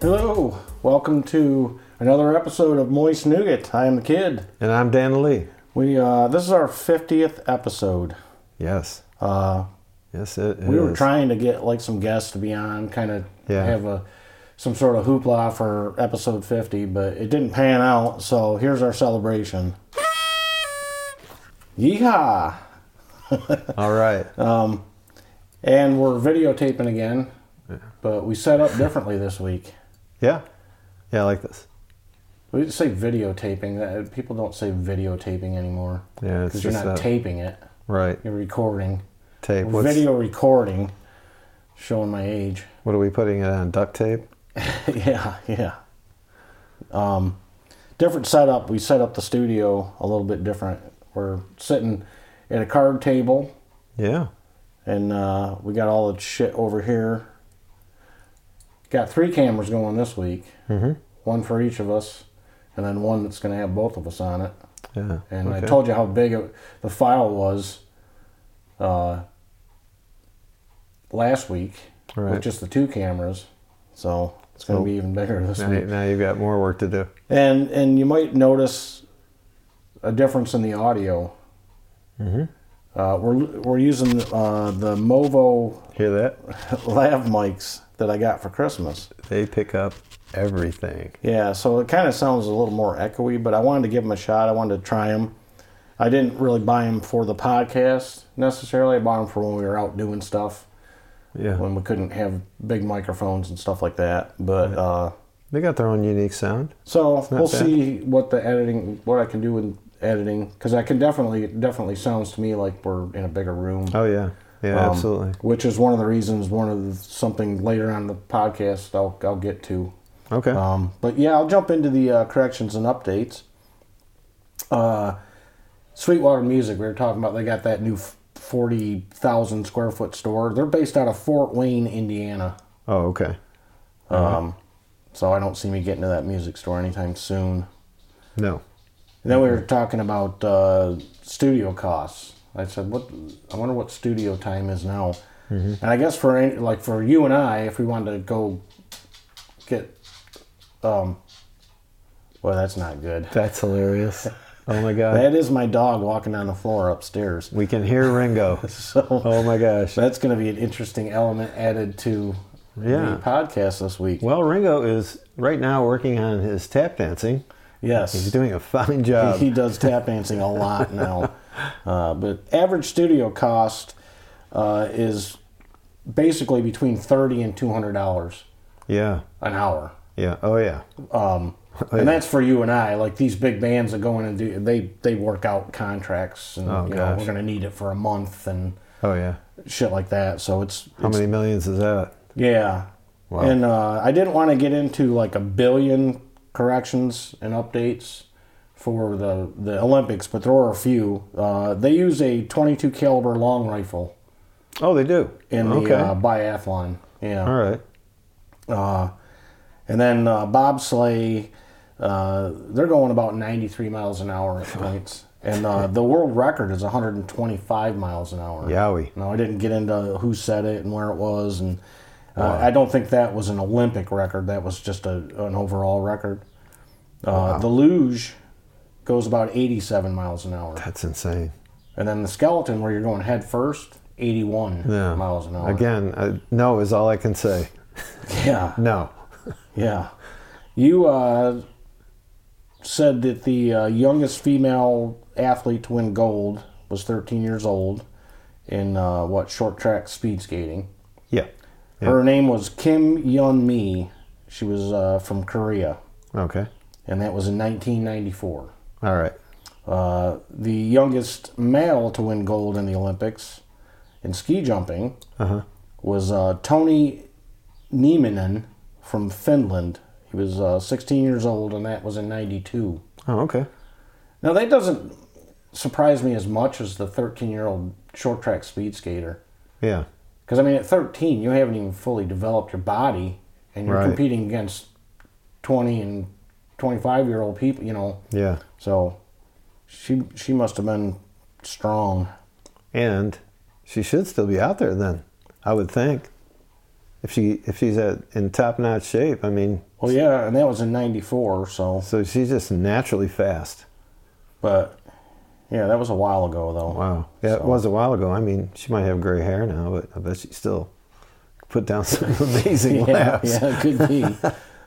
Hello, welcome to another episode of Moist Nougat. I am the kid. And I'm Dan Lee. We uh, this is our fiftieth episode. Yes. Uh, Yes, it we were is. trying to get like some guests to be on, kind of Yeah. have a some sort of hoopla for episode fifty, but it didn't pan out. So here's our celebration. Yeehaw! Um, All right. Uh, And we're videotaping again, but we set up differently this week. yeah. Yeah, I like this. We didn't say videotaping. That people don't say videotaping anymore. Yeah, it's because you're just not that. taping it. right. You're recording. Tape. We're What's, video recording. Showing my age. What are we putting it on? Duct tape? yeah, yeah. Um, different setup. We set up the studio a little bit different. We're sitting at a card table, Yeah. and uh, we got all the shit over here. Got three cameras going this week. Mhm. One for each of us, and then one that's going to have both of us on it. Yeah. And I Okay. told you how big it, the file was uh, last week Right. with just the two cameras. So it's going to So- be even bigger this now, week. now you've got more work to do. And and you might notice a difference in the audio. Mm-hmm. Uh, we're we're using uh, the Movo Hear that? lav mics that I got for Christmas. They pick up everything. Yeah, so it kind of sounds a little more echoey, but I wanted to give them a shot. I wanted to try them. I didn't really buy them for the podcast necessarily. I bought them for when we were out doing stuff, Yeah. when we couldn't have big microphones and stuff like that. But uh, They got their own unique sound. so we'll bad. see what the editing, what I can do in editing, because I can definitely, it definitely sounds to me like we're in a bigger room. Oh, yeah. Yeah, Um, absolutely. Which is one of the reasons, one of the, something later on in the podcast I'll, I'll get to. Okay. Um, but yeah, I'll jump into the uh, corrections and updates. Uh, Sweetwater Music, we were talking about, they got that new f- 40,000 square foot store. They're based out of Fort Wayne, Indiana. oh, okay. Um, so I don't see me getting to that music store anytime soon. No. And then we were talking about uh, studio costs. I said, "What? I wonder what studio time is now." And I guess for any- like for you and I, if we wanted to go get, um, well, that's not good. That's hilarious. oh, my God. That is my dog walking down the floor upstairs. we can hear Ringo. So oh, my gosh. that's going to be an interesting element added to Yeah. the podcast this week. Well, Ringo is right now working on his tap dancing. He's Yes, doing a fine job. he does tap dancing a lot now. Uh, but average studio cost uh, is basically between thirty and two hundred dollars Yeah, an hour, yeah. Oh, yeah. um, and that's for you and I. Like these big bands that go in and do they they work out contracts, and Oh, you know, we're gosh. going to need it for a month and Oh, yeah. shit like that. So it's How many millions is that? Yeah. Wow. And uh, I didn't want to get into like a billion corrections and updates for the, the Olympics, but there are a few. Uh, they use a 22 caliber long rifle Oh, they do. in the okay. uh, biathlon. Yeah. All right. Uh, and then uh, bobsleigh, uh, they're going about 93 miles an hour at points. And uh, the world record is 125 miles an hour. Yowie. No, I didn't get into who said it and where it was, and uh, I don't think that was an Olympic record. That was just a, an overall record. Uh, The luge goes about 87 miles an hour, That's insane. and then the skeleton, where you're going head first, 81 Yeah. miles an hour. Again, I, no is all I can say. Yeah, No. yeah. You uh, said that the uh, youngest female athlete to win gold was 13 years old in uh, what short track speed skating. Yeah. Yeah. Her name was Kim Yun Mi. She was uh, from Korea, Okay. and that was in 1994. All right. Uh, the youngest male to win gold in the Olympics in ski jumping Uh-huh. was uh, Tony Nieminen from Finland. He was uh, 16 years old, and that was in 92. Oh, okay. Now, that doesn't surprise me as much as the 13 year old short track speed skater. Yeah. Because I mean, at 13, you haven't even fully developed your body, and you're Right. competing against 20 and 25 year old people. You know, Yeah. so she she must have been strong. And she should still be out there then, I would think. if she if she's at, in top notch shape, I mean, Well, yeah, and that was in '94, so. so she's just naturally fast. But yeah, that was a while ago though. Wow, yeah, it So- was a while ago. I mean, she might have gray hair now, but I bet she still put down some amazing Yeah, laps. yeah, it could be.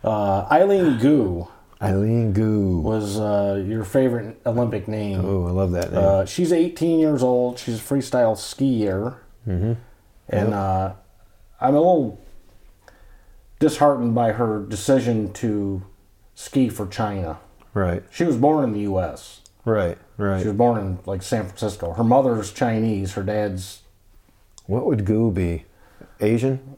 uh, Eileen Gu Eileen Goo. was uh, your favorite Olympic name. Oh, I love that name. Uh, she's 18 years old. She's a freestyle skier. Mm-hmm. And uh, I'm a little disheartened by her decision to ski for China. right, She was born in the U.S. right, She right. was born in like San Francisco. Her mother's Chinese. Her dad's What would Goo be? Asian?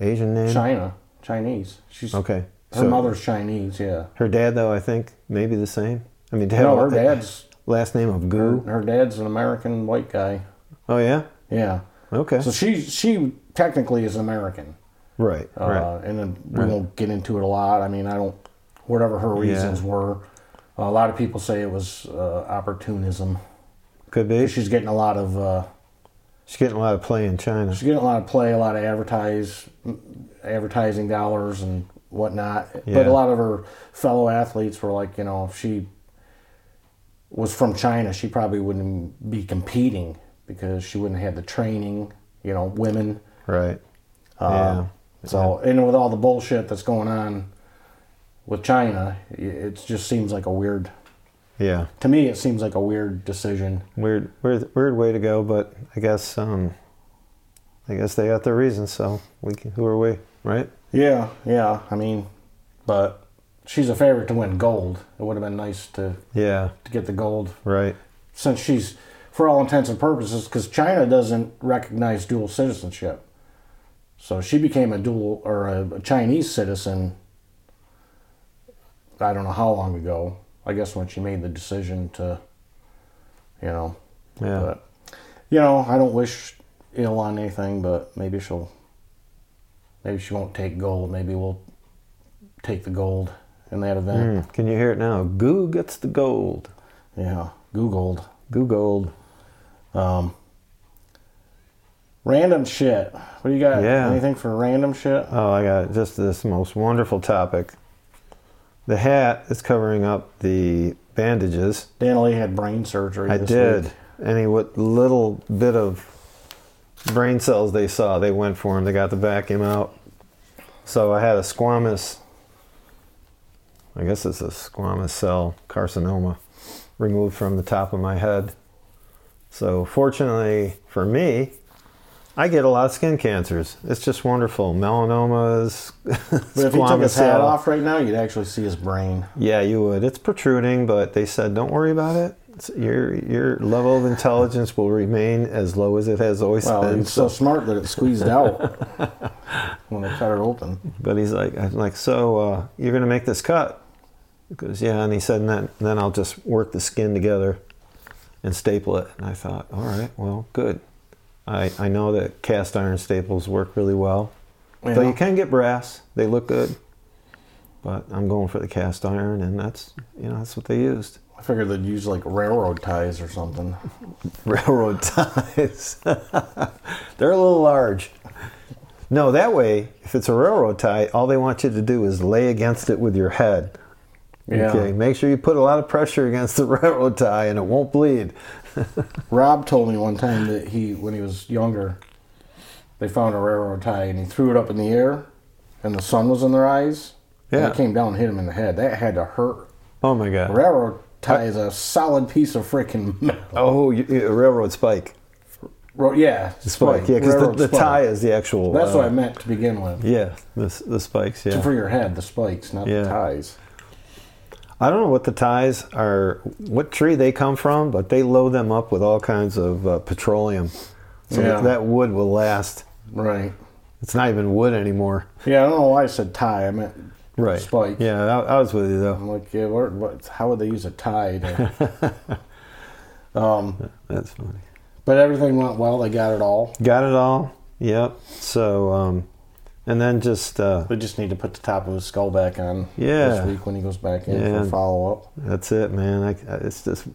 Asian name? China Chinese. She's Okay. Her so mother's Chinese. Yeah. Her dad, though, I think maybe the same. I mean, to have No, her a- dad's last name of Goo. her dad's an American white guy. Oh yeah. Yeah. Okay. So she she technically is American. right. Uh, right. And then we won't get into it a lot. I mean, I don't, whatever her reasons were. A lot of people say it was uh, opportunism. Could be. She's getting a lot of, uh, She's getting a lot of play in China. she's getting a lot of play, a lot of advertise, advertising dollars and whatnot. But Yeah. a lot of her fellow athletes were like, you know, if she was from China, she probably wouldn't be competing because she wouldn't have the training, you know, women. Right. Uh, Yeah. So, and with all the bullshit that's going on with China, i- it just seems like a weird. Yeah. To me, it seems like a weird decision. Weird. Weird. Weird way to go, but I guess. Um, I guess they got their reasons. So we can, who are we? Right. Yeah, yeah. I mean, but she's a favorite to win gold. It would have been nice to Yeah. to get the gold Right. since she's, for all intents and purposes, because China doesn't recognize dual citizenship. So she became a dual or a, a Chinese citizen. I don't know how long ago. I guess when she made the decision to, you know, Yeah. but you know, I don't wish ill on anything, but maybe she'll, maybe she won't take gold. Maybe we'll take the gold in that event. Mm, Can you hear it now? Goo gets the gold. Yeah, Googled. Hmm. Goo gold. Um, random shit. What do you got? Yeah. Anything for random shit? Oh, I got just this most wonderful topic. The hat is covering up the bandages. Dan Lee had brain surgery. I this did. week. Any what little bit of brain cells they saw, they went for him. They got the vacuum out. So I had a squamous. I guess it's a squamous cell carcinoma removed from the top of my head. So fortunately for me, I get a lot of skin cancers. It's just wonderful. Melanomas. But if he took squamous his hat cell. off right now, you'd actually see his brain. Yeah, you would. It's protruding, but they said don't worry about it. It's- your your level of intelligence will remain as low as it has always Well, been. he's so smart that it squeezed out when they cut it open. but he's like, I'm like, so uh, you're gonna make this cut? Because yeah, and he said, and then, then I'll just work the skin together and staple it. And I thought, all right, well, good. I I know that cast iron staples work really well. Yeah. So you can get brass; they look good. But I'm going for the cast iron, and that's you know that's what they used. I figured they'd use like railroad ties or something. railroad ties. They're a little large. No, that way, if it's a railroad tie, all they want you to do is lay against it with your head. Yeah. Okay. Make sure you put a lot of pressure against the railroad tie and it won't bleed. Rob told me one time that he, when he was younger, they found a railroad tie and he threw it up in the air, and the sun was in their eyes. And Yeah. it came down and hit him in the head. That had to hurt. Oh my God. Railroad tie is a solid piece of freaking metal. Oh, you, you- a railroad spike. Ro- Yeah, Spike. Yeah, because railroad the, the spike. tie is the actual. That's uh, what I meant to begin with. Yeah, the, s- the spikes. Yeah. For your head, the spikes, not Yeah. the ties. I don't know what the ties are, what tree they come from, but they load them up with all kinds of uh, petroleum. So Yeah. that, that wood will last. Right. It's not even wood anymore. Yeah, I don't know why I said tie. I meant Right. spike. Yeah, I, I was with you though. I'm like, yeah, what, what, how would they use a tie? To... um, That's funny. but everything went well. They got it all. Got it all. Yep. So, um, and then just uh, We just need to put the top of his skull back on Yeah. this week when he goes back in Yeah. for follow up. that's it, man. I, I- it's just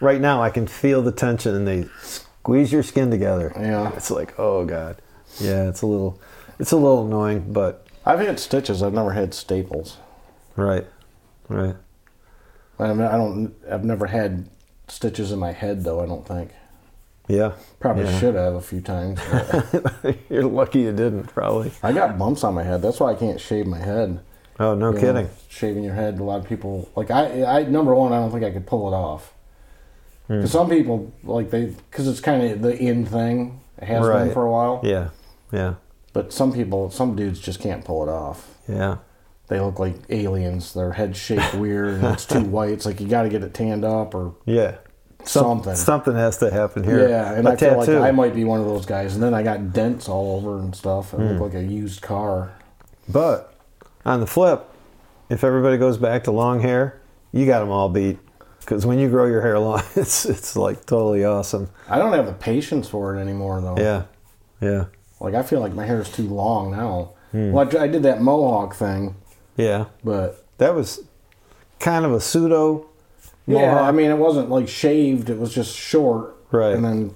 right now I can feel the tension, and they squeeze your skin together. Yeah. It's like, oh god. Yeah, it's a little. It's a little annoying, but I've had stitches. I've never had staples. right, right. I, mean, I don't. I've never had stitches in my head though. I don't think. Yeah, Probably Yeah. should have a few times. but You're lucky you didn't, probably. I got bumps on my head. That's why I can't shave my head. Oh, no You know, kidding. shaving your head. A lot of people like I. I number one, I don't think I could pull it off. Hmm. 'Cause some people like they because it's kind of the in thing. It has Right. been for a while. Yeah, yeah, But some people, some dudes just can't pull it off. yeah. They look like aliens. Their head's shaped weird and it's too white. It's like you got to get it tanned up or Yeah. Something. Something has to happen here. yeah. And A I feel tattoo. like I might be one of those guys. And then I got dents all over and stuff. I Hmm. look like a used car. But on the flip, if everybody goes back to long hair, you got them all beat. Because when you grow your hair long, it's it's like totally awesome. I don't have the patience for it anymore though. Yeah, yeah, Like I feel like my hair is too long now. Hmm. Well, I, I did that mohawk thing, yeah. but That was kind of a pseudo. yeah, I mohawk. mean it wasn't like shaved. It was just short. Right. And then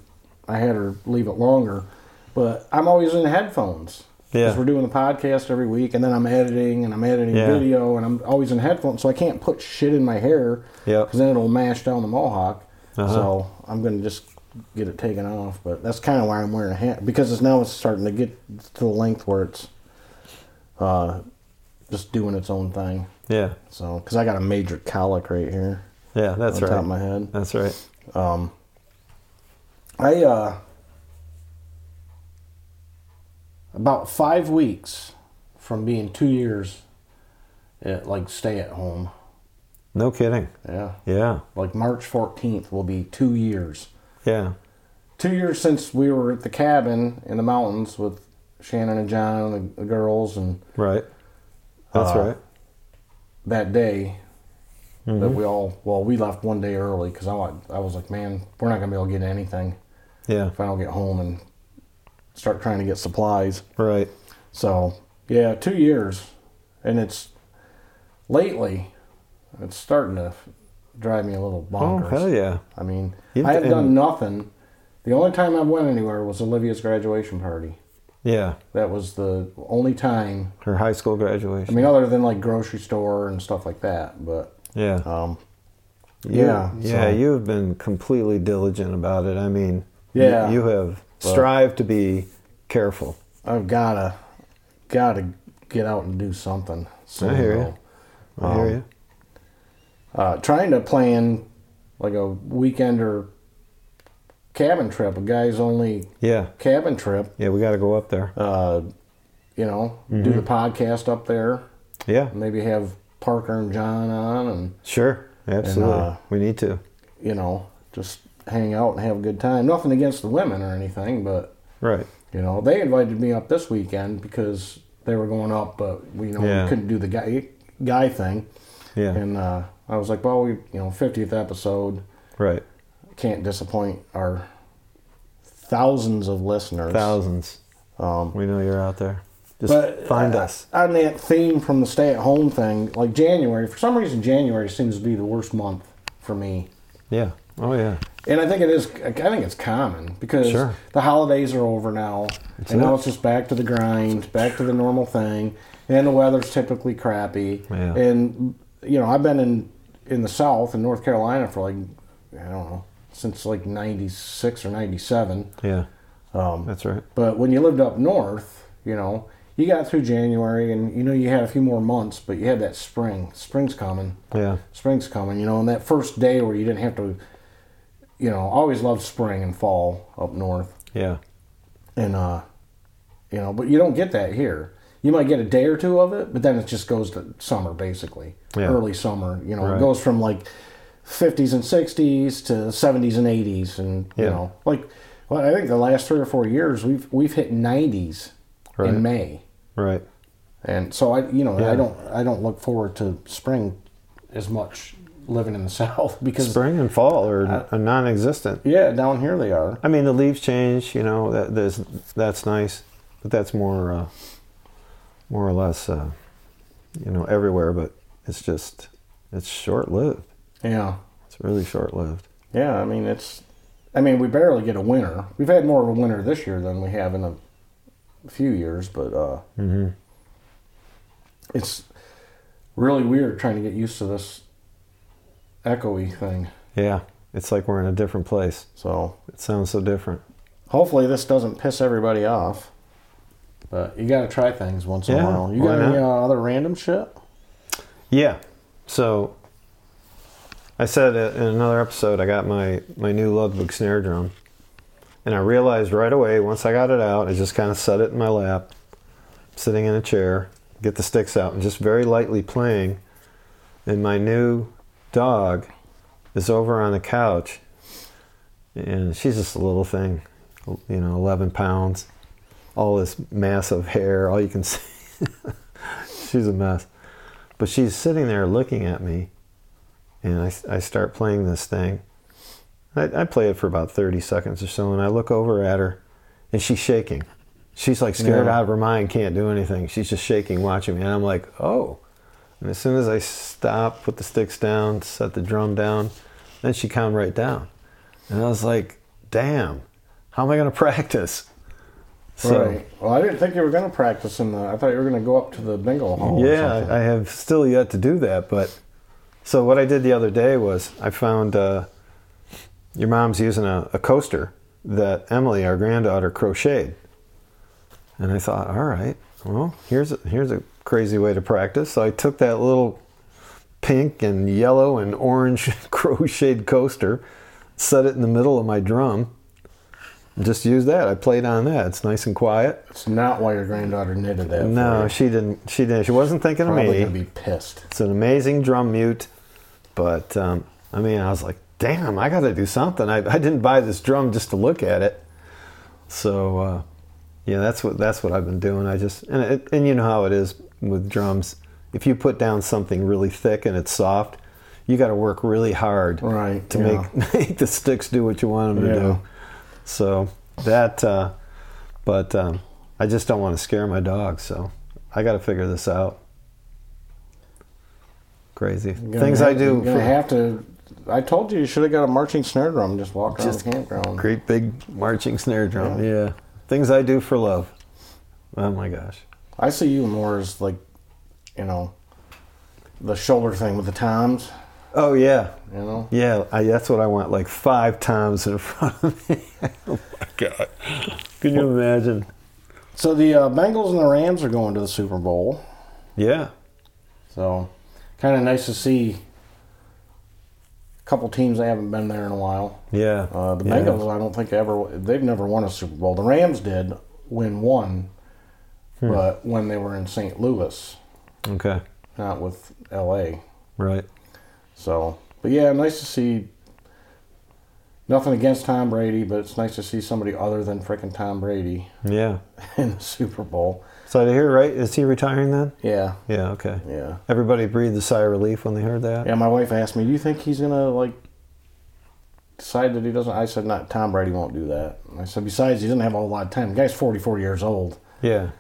I had her leave it longer. But I'm always in headphones. Yeah. Because we're doing the podcast every week, and then I'm editing, and I'm editing Yeah. video, and I'm always in headphones, so I can't put shit in my hair. Yep. Because then it'll mash down the mohawk. Uh-huh. So I'm gonna just get it taken off. But that's kind of why I'm wearing a hat because it's now it's starting to get to the length where it's uh, just doing its own thing. Yeah, So because I got a major colic right here yeah. That's on right. top of my head. That's right. I uh about five weeks from being two years at like stay at home. No kidding. Yeah. Yeah, Like March fourteenth will be two years. yeah, Two years since we were at the cabin in the mountains with Shannon and John and the, the girls and right. That's Uh, right. that day that Mm-hmm. we all well we left one day early because I wa- I was like man we're not gonna be able to get anything Yeah, if I don't get home and start trying to get supplies. right. So yeah, two years, and it's lately it's starting to drive me a little Oh bonkers. hell yeah. I mean, You've I have done- done nothing. The only time I went anywhere was Olivia's graduation party. Yeah, That was the only time. her high school I graduation. mean, other than like grocery store and stuff like that, but yeah. um, You- yeah, yeah. so- You have been completely diligent about it. I mean, you- Yeah. you, have uh, strived to be careful. I've gotta gotta get out and do something. soon, hear though. ya. I Um, hear you. uh, trying to plan like a weekend or cabin trip, a guy's only Yeah, cabin trip. yeah. We got to go up there. Uh, you know, do the Mm-hmm. podcast up there. Yeah, Maybe have Parker and John on, and sure, absolutely. uh, we need to. you know, just hang out and have a good time. Nothing against the women or anything, but Right. you know, they invited me up this weekend because they were going up, but we you know Yeah. we couldn't do the guy guy thing. Yeah. And uh, I was like, well, we you know, fiftieth episode. right. can't disappoint our thousands of listeners. Thousands. Um, We know you're out there. Just but find uh, us. on that theme from the stay-at-home thing. Like January, for some reason, January seems to be the worst month for me, Yeah. Oh yeah. and I think it is. I think it's common because Sure. the holidays are over now, and it. now it's just back to the grind, back to the normal thing, and the weather's typically crappy. Yeah. And you know, I've been in in the South in North Carolina for like I don't know since like '96 or '97. Yeah. Um, That's right. But when you lived up north, you know, you got through January and you know you had a few more months, but you had that spring. Spring's coming. Yeah. Spring's coming, you know, and that first day where you didn't have to you know, I always loved spring and fall up north. Yeah. And uh you know, but you don't get that here. You might get a day or two of it, but then it just goes to summer basically. Yeah. Early summer, you know, Right. it goes from like 50s and 60s to 70s and 80s and you Yeah. know, like well, I think the last 3 or 4 years we've we've hit 90s Right. in May. Right. And so I you know, Yeah. I don't I don't look forward to spring as much living in the south because Spring and fall are, are non-existent. yeah, down here they are. I mean, the leaves change. You know, that that's, that's nice, but that's more uh, more or less, uh, you know, everywhere. But it's just it's short lived. Yeah. It's really short lived. Yeah, I mean it's I mean we barely get a winter. We've had more of a winter this year than we have in the a few years, but uh, Mm-hmm. it's really weird trying to get used to this echoey thing. Yeah, it's like we're in a different place. So It sounds so different. hopefully this doesn't piss everybody off. But you got to try things once in a Yeah, while. You why got any uh, not? other random shit? Yeah. So I said i- in another episode, I got my, my new Ludwig snare drum. And I realized right away, once I got it out, I just kind of set it in my lap, sitting in a chair, get the sticks out, and just very lightly playing. And my new dog is over on the couch. And she's just a little thing, you know, 11 pounds, all this mass of hair, all you can see. she's a mess but she's sitting there looking at me and i, I start playing this thing I, I play it for about 30 seconds or so and i look over at her and she's shaking she's like scared Yeah. out of her mind can't do anything she's just shaking watching me and i'm like oh and as soon as i stop put the sticks down set the drum down then she calmed right down and i was like damn how am i going to practice so right. Well, I didn't think you were going to practice in the. I thought you were going to go up to the bingo hall. or Yeah, something. I I have still yet to do that, but so what I did the other day was I found uh, your mom's using a, a coaster that Emily, our granddaughter, crocheted, and I thought, all right, well, here's a, here's a crazy way to practice. So I took that little pink and yellow and orange crocheted coaster, set it in the middle of my drum, and just used that. I played on that. It's nice and quiet. It's not why your granddaughter knitted that. for No, you. she didn't. She didn't. She wasn't thinking of me. probably going to be pissed. It's an amazing drum mute, but um, I mean, I was like, damn, I got to do something. I, I didn't buy this drum just to look at it. So, uh, yeah, that's what that's what I've been doing. I just and it, and you know how it is with drums. If you put down something really thick and it's soft, you got to work really hard Right, to yeah. make make the sticks do what you want them to Yeah. do. So that, uh, but um, I just don't want to scare my dog. So I got to figure this out. Crazy You're gonna things have- I do. You're going for- to have to. I told you you should have got a marching snare drum. and Just walk around Just the campground. Great big marching snare drum. Yeah. Yeah. Things I do for love. Oh my gosh. I see you more as like, you know, the shoulder thing with the toms. Oh yeah. You know, Yeah, I, that's what I want. Like five times in front of me. oh my god. Can you imagine? so the uh, Bengals and the Rams are going to the Super Bowl. Yeah. So, kind of nice to see a couple teams that haven't been there in a while. Yeah. Uh, the yeah. Bengals, I don't think ever they've never won a Super Bowl. The Rams did win one, Hmm. but when they were in St. Louis, Okay. not with L.A. Right. So, but yeah, nice to see. Nothing against Tom Brady, but it's nice to see somebody other than frickin' Tom Brady Yeah. in the Super Bowl. So I hear right? Is he retiring then? Yeah, Yeah. Okay. yeah, Everybody breathed a sigh of relief when they heard that. yeah. My wife asked me, "Do you think he's gonna like decide that he doesn't?" I said, "Not Tom Brady won't do that." And I said, "Besides, he doesn't have a whole lot of time. The guy's forty-four years old." Yeah.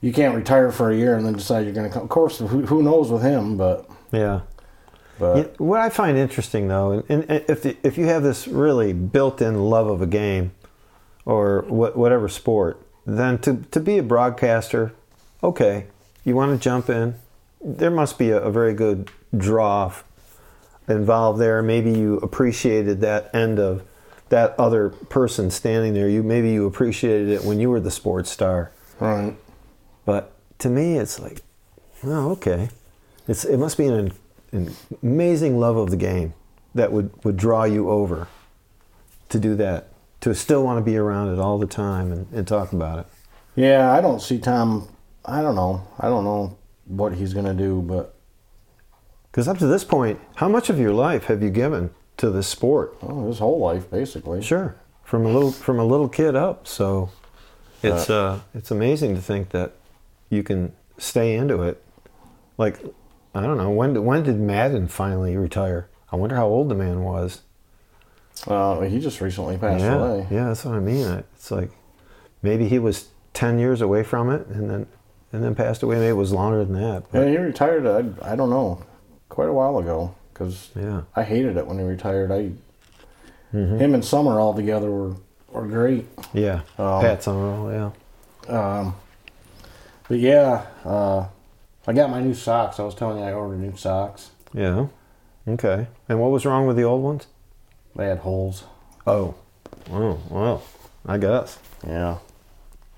you can't retire for a year and then decide you're going to come. Of course, who, who knows with him, but Yeah. but Yeah, what I find interesting though, and, and and if the, if you have this really built-in love of a game, or what, whatever sport, then to to be a broadcaster, okay, you want to jump in. There must be a, a very good draw f- involved there. Maybe you appreciated that end of that other person standing there. You maybe you appreciated it when you were the sports star. right, But to me, it's like, oh, okay. It's, it must be an, an amazing love of the game that would, would draw you over to do that, to still want to be around it all the time and, and talk about it. yeah, I don't see Tom. I don't know. I don't know what he's going to do, but Because up to this point, how much of your life have you given to this sport? oh, his whole life basically. Sure, from a little from a little kid up. So it's uh, it's amazing to think that you can stay into it. Like I don't know when when did Madden finally retire? I wonder how old the man was. Uh, he just recently passed yeah, away. yeah, that's what I mean. I- It's like maybe he was ten years away from it, and then and then passed away. Maybe it was longer than that. Yeah, But he retired. I, I don't know, quite a while ago because yeah, Mm-hmm. I hated it when he retired. I him and Summer all together were were great. yeah, Um, Pat's on roll. Yeah, Um, but yeah, uh, I got my new socks. I was telling you I ordered new socks. Yeah. Okay. And what was wrong with the old ones? They had holes. Oh. Oh, well, I guess. Yeah.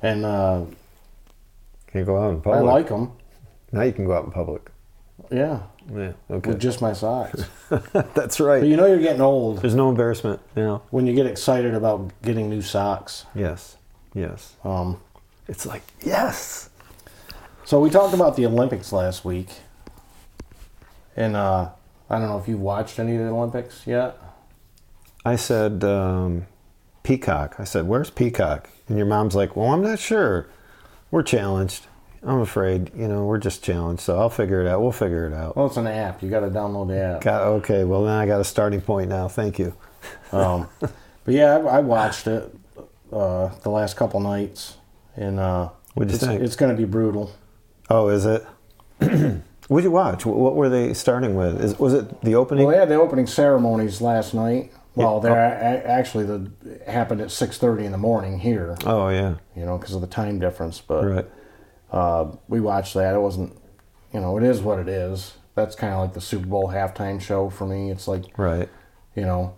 And uh, Can't go out in I public. like them. now you can go out in public. Yeah. Yeah. Okay. With just my socks. That's but right. you know you're getting old There's no embarrassment now. when you get excited about getting new socks. Yes. Yes. Um, It's like, yes. so we talked about the Olympics last week. And uh, I don't know if you've watched any of the Olympics yet. I said, um, Peacock. I said, where's Peacock? And your mom's like, well, I'm not sure. We're challenged. I'm afraid, you know, we're just challenged. So I'll figure it out. We'll figure it out. Well, it's an app. You got to download the app. Got, okay. Well, then I got a starting point now. Thank you. Um, but yeah, I, I watched it uh, the last couple nights, and uh, What'd you it's, think? It's going to be brutal. Oh, is it? What'd you watch? Wh- What were they starting with? Is, was it the opening? Well, they had the opening ceremonies last night. Well, Yeah. they're a- a- actually the it happened at six thirty in the morning here, Oh, yeah. you know, because of the time difference. But Right. uh, we watched that. It wasn't, you know, it is what it is. That's kind of like the Super Bowl halftime show for me. It's like Right. you know.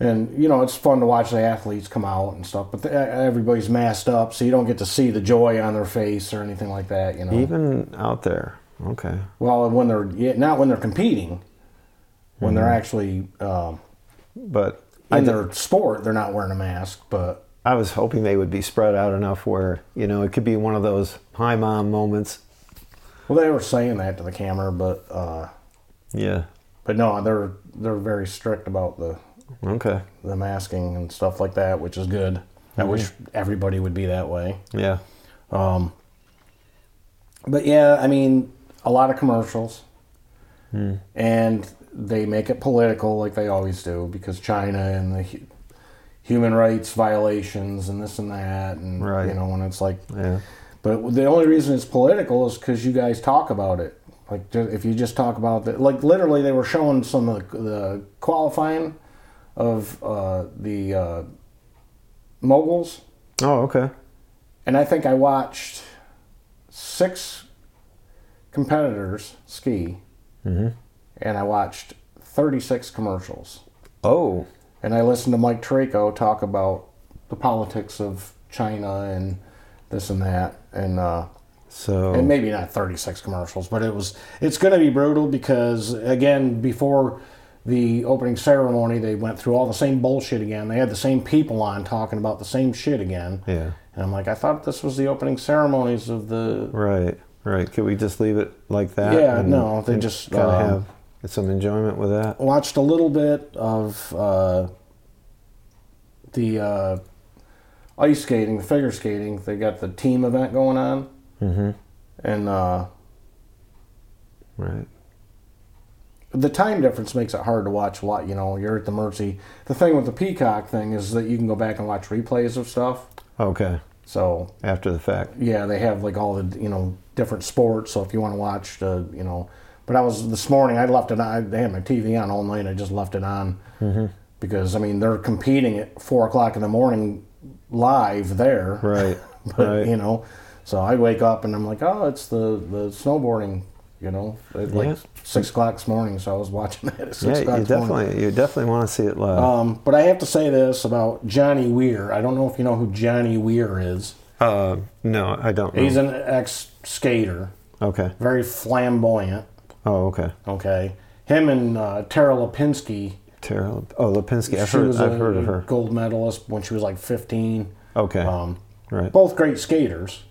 And you know it's fun to watch the athletes come out and stuff, but the, e, everybody's masked up, so you don't get to see the joy on their face or anything like that. You know, Even out there. Okay. well, when they're yeah, not when they're competing, when they're actually um, But Mm-hmm. I, in th- their sport, they're not wearing a mask. But I was hoping they would be spread out enough where, you know, it could be one of those hi mom moments. well, they were saying that to the camera, but uh, Yeah. but no, they're they're very strict about the Okay. the masking and stuff like that, which is good. I wish everybody would be that way. Um, Yeah. But yeah, I mean, a lot of commercials. And they make it political like they always do because China and the hu- human rights violations and this and that. And, Right. you know, when it's like, Yeah. but the only reason it's political is because you guys talk about it. Like, ju- if you just talk about that, like, literally, they were showing some of the, the qualifying of uh, the uh, moguls. Oh, okay. And I think I watched six competitors ski, and I watched 36 commercials. Oh. And I listened to Mike Traco talk about the politics of China and this and that. And, uh, So and maybe not 36 commercials, but it was it's going to be brutal because again, before the opening ceremony, they went through all the same bullshit again. They had the same people on talking about the same shit again. Yeah. And I'm like, I thought this was the opening ceremonies of the. Right. Right. Could we just leave it like that? Yeah, no, they just kind of um, have some enjoyment with that. watched a little bit of uh, the uh, ice skating, the figure skating. They got the team event going on, mm-hmm. and uh, Right. the time difference makes it hard to watch a lot. You know, you're at the mercy. The thing with the Peacock thing is that you can go back and watch replays of stuff. Okay. So After the fact. yeah, they have like all the you know different sports. So if you want to watch the you know, but I was this morning. I left it. on. I they had my TV on all night. I just left it on because I mean they're competing at four o'clock in the morning live there. Right. But right. you know, so I wake up and I'm like, oh, it's the the snowboarding. You know, at like Yeah. six o'clock this morning. So I was watching that at six yeah, o'clock you this morning. definitely you definitely want to see it live. Um, but I have to say this about Johnny Weir. I don't know if you know who Johnny Weir is. Uh, no, I don't. Know. He's an ex skater. okay. very flamboyant. Oh, okay. Okay, him and uh, Tara Lipinski. Tara. Oh, Lipinski. I've she heard. was I've a heard of her. gold medalist when she was like 15. Okay. Um, right. both great skaters,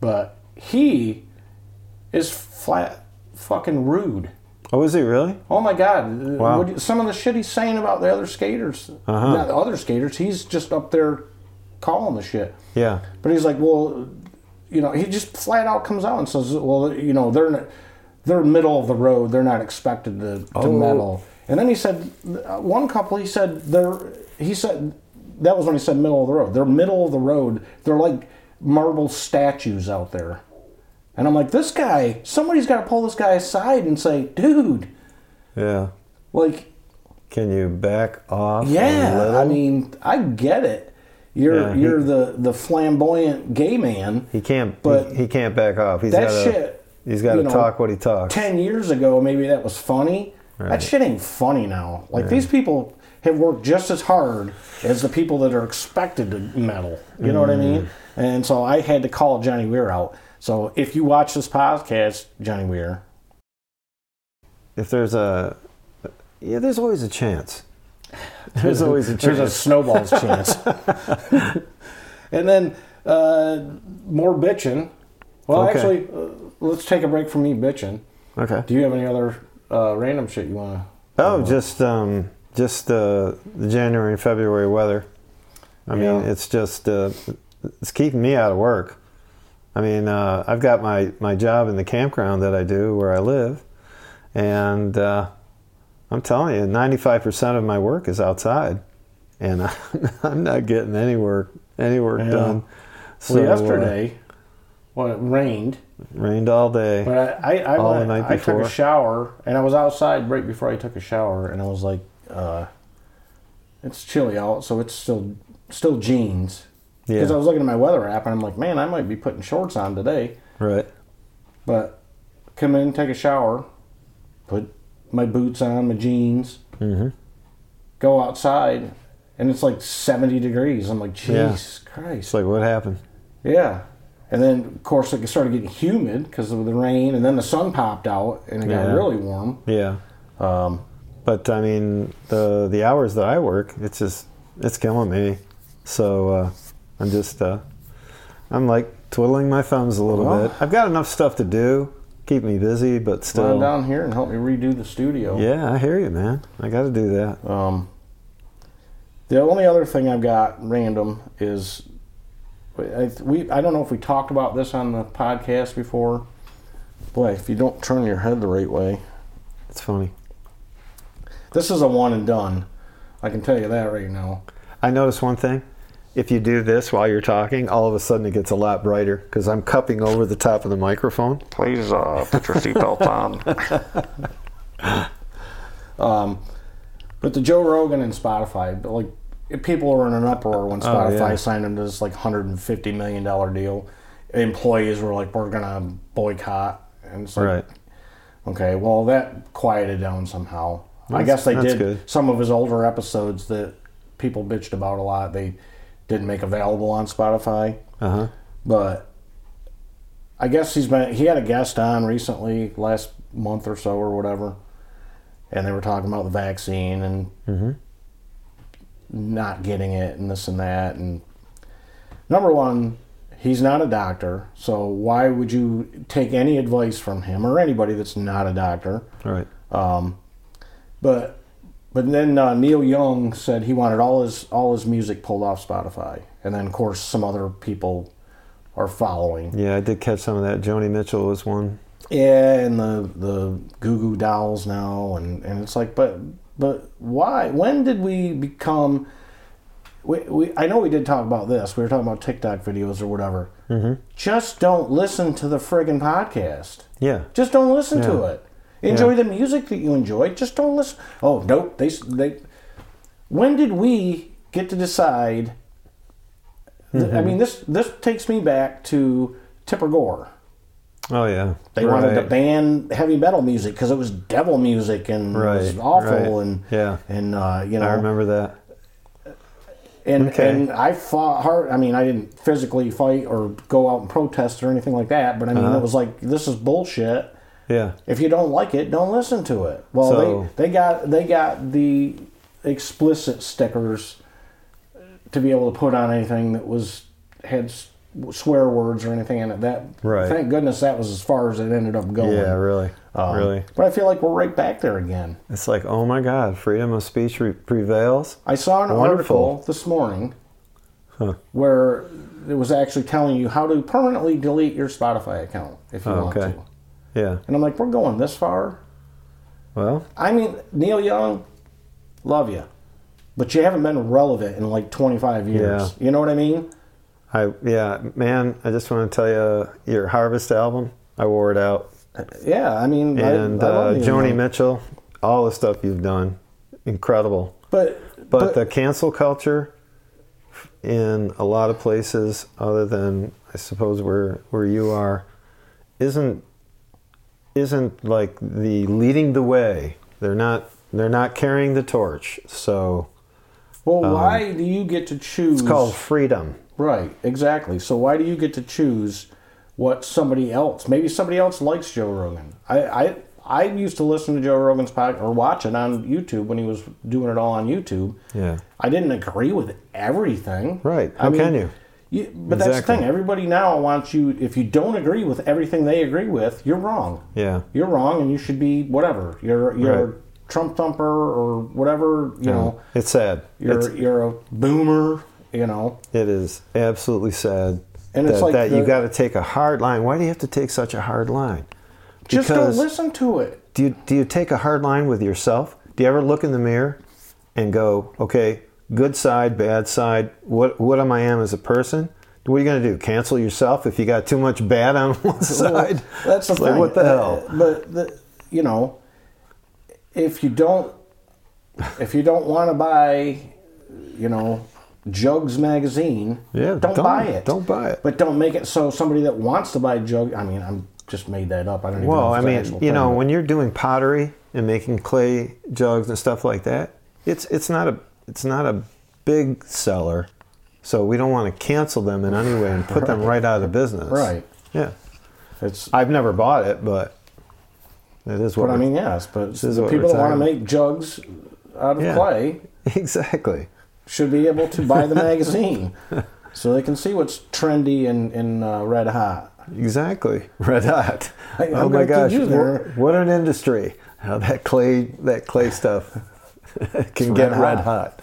but he is flat fucking rude. Oh, is he really? Oh my god! Wow. What do you- some of the shit he's saying about the other skaters, Uh-huh. not the other skaters. He's just up there calling the shit. Yeah. But he's like, well, you know, he just flat out comes out and says, well, you know, they're n- they're middle of the road. They're not expected to, to Oh. medal. And then he said, uh, one couple, he said they're he said that was when he said middle of the road. They're middle of the road. They're like marble statues out there. And I'm like, this guy, somebody's got to pull this guy aside and say, dude, Yeah. like Can you back off? a yeah, little? I mean, I get it. You're Yeah, he- you're the the flamboyant gay man. He can't. But he, he can't back off. He's that gotta, shit, He's got to you know, talk what he talks. Ten years ago, maybe that was funny. Right. That shit ain't funny now. Like these people have worked just as hard as the people that are expected to meddle. You know what I Mm. mean? And so I had to call Johnny Weir out. So if you watch this podcast, Johnny Weir, If there's a, yeah, there's always a chance. There's always a There's a chance. snowball's chance. and then uh, more bitching. Well, Okay. actually, uh, let's take a break from me bitching. okay. Do you have any other uh, random shit you want to? Oh, just um, just uh, the January and February weather. I mean, Yeah. it's just uh, it's keeping me out of work. I mean, uh, I've got my my job in the campground that I do where I live, and uh, I'm telling you, 95% of my work is outside, and I'm, I'm not getting any work any work Yeah. done. So Well, uh, yesterday, well, it rained, rained all day. but I I, I, All the went- night I took before. a shower and I was outside right before I took a shower and I was like, uh, it's chilly out, so it's still still jeans. Because Yeah. I was looking at my weather app and I'm like, man, I might be putting shorts on today. Right. But come in, take a shower, put my boots on, my jeans, Mhm. go outside, and it's like 70 degrees. I'm like, Jesus Christ. It's like what happened? yeah. And then, of course, it started getting humid because of the rain, and then the sun popped out and it Yeah. got really warm. Yeah. Um, but I mean the the hours that I work, it's just it's killing me. So uh, I'm just uh, I'm like twiddling my thumbs a little Well. bit. I've got enough stuff to do, keep me busy, but come on still, down here and help me redo the studio. yeah, I hear you, man. I got to do that. Um, the only other thing I've got random is I, we. I don't know if we talked about this on the podcast before. Boy, if you don't turn your head the right way, It's funny. this is a one and done. I can tell you that right now. I noticed one thing. If you do this while you're talking, all of a sudden it gets a lot brighter because I'm cupping over the top of the microphone. please uh, put your seatbelts on. But the Joe Rogan and Spotify, but like if people were in an uproar when Spotify Oh, yeah. signed him to this like hundred and fifty million dollar deal. Employees were like, "We're gonna boycott," and it's like, Right. Okay, well that quieted down somehow. I That's- guess they that's did good. some of his older episodes that people bitched about a lot. They didn't make available on Spotify, Uh huh. but I guess he's been he had a guest on recently last month or so or whatever, and they were talking about the vaccine and not getting it and this and that and number one he's not a doctor so why would you take any advice from him or anybody that's not a doctor All right. but but then uh, Neil Young said he wanted all his all his music pulled off Spotify, and then of course some other people are following. Yeah, I did catch some of that. Joni Mitchell was one. Yeah, and the the Goo Goo Dolls now, and and it's like, but but why? When did we become? We, we I know we did talk about this. We were talking about TikTok videos or whatever. Mm-hmm. Just don't listen to the friggin' podcast. Yeah. Just don't listen to Yeah. it. Enjoy the music that you enjoy. Just don't listen. Oh nope. They they. When did we get to decide? th- Mm-hmm. I mean, this this takes me back to Tipper Gore. Oh yeah. They wanted to Right. ban heavy metal music because it was devil music and it was Right, awful right. and Yeah. and uh, you know I remember that. and Okay. and I fought hard. I mean, I didn't physically fight or go out and protest or anything like that. But I mean, Uh-huh. it was like this is bullshit. Yeah. If you don't like it, don't listen to it. Well, So- they, they got they got the explicit stickers to be able to put on anything that was had s- swear words or anything in it. That Right. thank goodness that was as far as it ended up going. Yeah, really. Um, really. But I feel like we're right back there again. It's like, oh my God, freedom of speech re- prevails. I saw an Wonderful. article this morning where it was actually telling you how to permanently delete your Spotify account if you want Oh, Okay. to. Yeah. And I'm like, we're going this far. Well, I mean, Neil Young, love you, but you haven't been relevant in like 25 years. You know what I mean? I, yeah, man, I just want to tell you your Harvest album, I wore it out. Yeah, I mean, I- And I uh, love Neil Joni Young. Mitchell, all the stuff you've done, incredible. but, But, the cancel culture, in a lot of places other than I suppose where where you are isn't isn't like the leading the way. They're not they're not carrying the torch. So Well, why do you get to choose? Um, it's called freedom. Right, exactly. So why do you get to choose what somebody else? Maybe somebody else likes Joe Rogan. I I, I used to listen to Joe Rogan's podcast or watch it on YouTube when he was doing it all on YouTube. Yeah. I didn't agree with everything. Right. I How can you? you- but that's the Exactly. thing. Everybody now wants you. If you don't agree with everything they agree with, you're wrong. Yeah. You're wrong, and you should be whatever. You're you're Right. a Trump thumper or whatever. You know. It's sad. You're It's, you're a boomer. You know. it is absolutely sad. And that, it's like that you the- got to take a hard line. Why do you have to take such a hard line? Just don't Because- listen to it. Do you, do you take a hard line with yourself? Do you ever look in the mirror and go, okay, good side, bad side, what, what am I am as a person? What are you going to do? Cancel yourself if you got too much bad on one side? That's the It's thing. like, what the Uh, hell? But the, you know, if you don't, if you don't want to buy, you know, Jugs magazine, Yeah, don't, don't- buy it. don't buy it. But don't make it so somebody that wants to buy Jug. I mean, I'm just made that up. I don't even. Well, know I if it's an mean, actual you thing, know, but- when you're doing pottery and making clay jugs and stuff like that, it's it's not a it's not a big seller. So we don't want to cancel them in any way and put them right out of business. Right. Yeah. it's. I've never bought it, but it is what But I we're- mean, yes, but is the what people we're that want to talking make jugs out of Yeah. clay Exactly. should be able to buy the magazine, so they can see what's trendy and, and uh, red hot. Exactly. Red hot. Hey, I'm oh gonna my get gosh. you wh- there. What, an industry. How that clay that clay stuff can get red red hot. hot.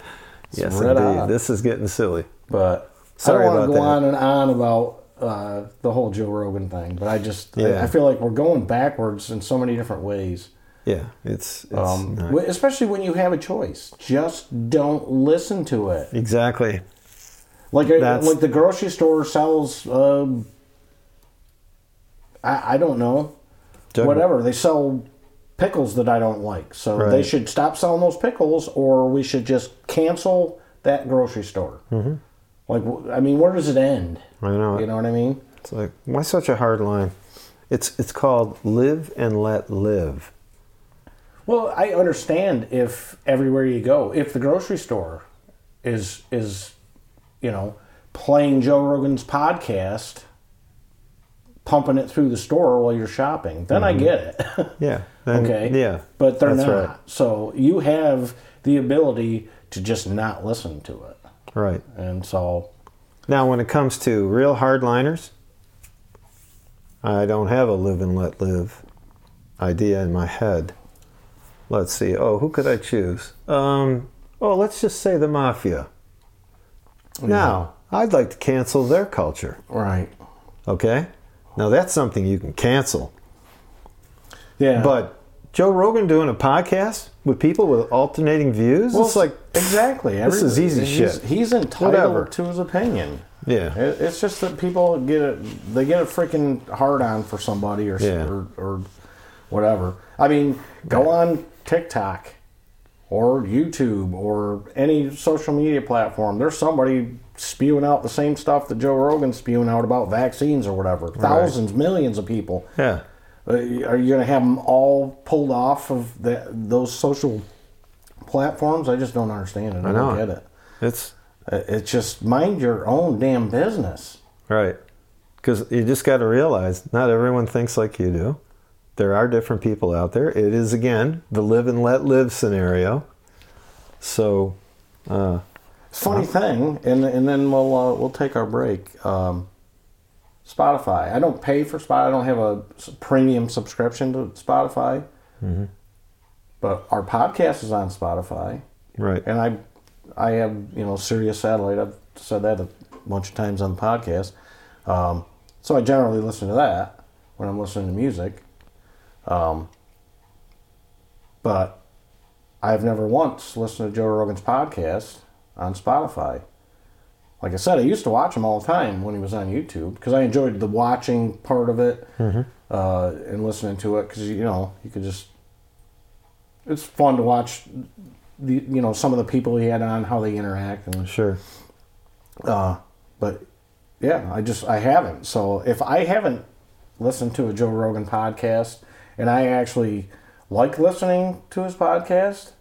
yes, red indeed. hot. This is getting silly. But Sorry I don't want about to go that. on and on about uh, the whole Joe Rogan thing, but I just I- I, Yeah. feel like we're going backwards in so many different ways. Yeah, it's, it's Um, not- wh- Especially when you have a choice, just don't listen to it. exactly. Like uh, That's- like the grocery store sells, um, I, I don't know, Jug- whatever they sell pickles that I don't like. So they Right. should stop selling those pickles, or we should just cancel that grocery store. Mm-hmm. Like wh- I mean, where does it end? I know. You know what I mean? It's like why such a hard line? It's it's called live and let live. Well, I understand if everywhere you go, if the grocery store is is you know playing Joe Rogan's podcast, pumping it through the store while you're shopping, then I get it. Yeah. then- okay. Mm-hmm. Yeah. But they're that's not. So you have the ability to just not listen to it, Right. right. and so Now, when it comes to real hardliners, I don't have a live and let live idea in my head. Let's see. Oh, who could I choose? Um, oh, let's just say the mafia. Now, I'd like to cancel their culture. right. Okay? Now, that's something you can cancel. Yeah. But Joe Rogan doing a podcast with people with alternating views? Well, it's like, exactly. this is Everybody- easy he's, shit. He's entitled Whatever. to his opinion. yeah. It, it's just that people get it, they get a freaking hard on for somebody or, Yeah. or or whatever. I mean, go on TikTok or YouTube or any social media platform. There's somebody spewing out the same stuff that Joe Rogan's spewing out about vaccines or whatever. Thousands, millions of people. Yeah. Uh, Are you going to have them all pulled off of the, those social platforms? I just don't understand it. I, don't know. get it. It's Uh, It's just mind your own damn business. Right. Because you just got to realize not everyone thinks like you do. There are different people out there. It is, again, the live and let live scenario. So, uh, Funny thing, and and then we'll uh, we'll take our break. Um, Spotify. I don't pay for Spotify. I don't have a s- premium subscription to Spotify. But our podcast is on Spotify, right. and I I have you know Sirius Satellite. I've said that a bunch of times on the podcast. Um, so I generally listen to that when I'm listening to music. Um, but I've never once listened to Joe Rogan's podcast on Spotify. Like I said, I used to watch him all the time when he was on YouTube because I enjoyed the watching part of it uh, and listening to it because you know you could just. It's fun to watch the you know some of the people he had on how they interact and Sure. Uh, but yeah, I just I haven't. So if I haven't listened to a Joe Rogan podcast, and I actually like listening to his podcast,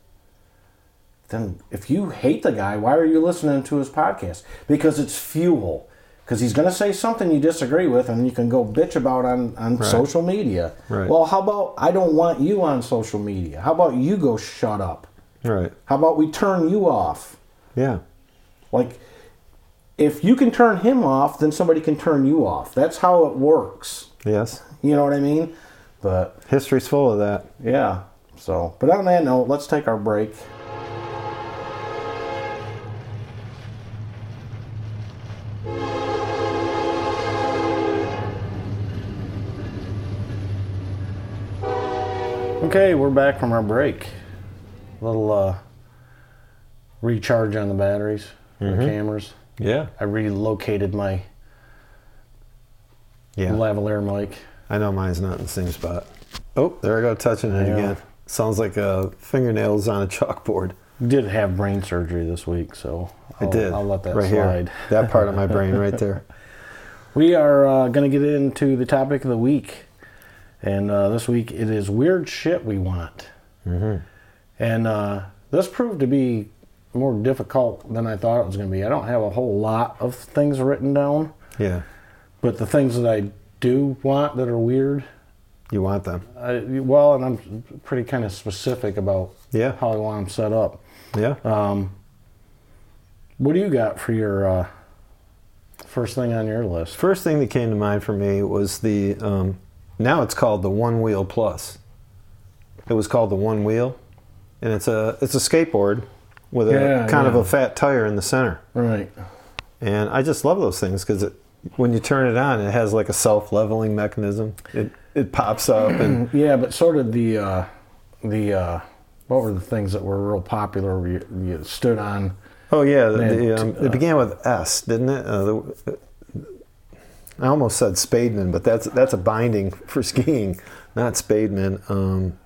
then if you hate the guy, why are you listening to his podcast? Because it's fuel. Because he's going to say something you disagree with, and you can go bitch about on on social media. Right. Well, how about I don't want you on social media? How about you go shut up? Right. How about we turn you off? Yeah. Like, if you can turn him off, then somebody can turn you off. That's how it works. Yes. You know what I mean? But History's full of that. yeah. So, but on that note, let's take our break. Okay, we're back from our break. little uh, recharge on the batteries, the cameras. Yeah. I relocated my Yeah. lavalier mic. I know mine's not in the same spot. Oh, there I go touching it Yeah. again. Sounds like uh, fingernails on a chalkboard. Did have brain surgery this week, so I I'll- did. I'll let that right slide. Here. That part of my brain right there. We are uh, going to get into the topic of the week, and uh, this week it is weird shit we want, Mm-hmm. and uh, this proved to be more difficult than I thought it was going to be. I don't have a whole lot of things written down, Yeah. but the things that I do want that are weird, You want them. I, well, and I'm pretty kind of specific about Yeah. how I want them set up. Yeah. What do you got for your uh, first thing on your list? First thing that came to mind for me was the, um, now it's called the One Wheel Plus. It was called the One Wheel, and it's a, it's a skateboard with a Yeah, kind of yeah. a fat tire in the center. Right. And I just love those things because it, when you turn it on, it has like a self leveling mechanism. It, it pops up and Yeah, but sort of the uh, the uh, what were the things that were real popular? where You, you stood on. Oh yeah, the, Man, uh, the, um, it began with S, didn't it? Uh, the, I almost said Spademan, but that's that's a binding for skiing, not Spademan. Um,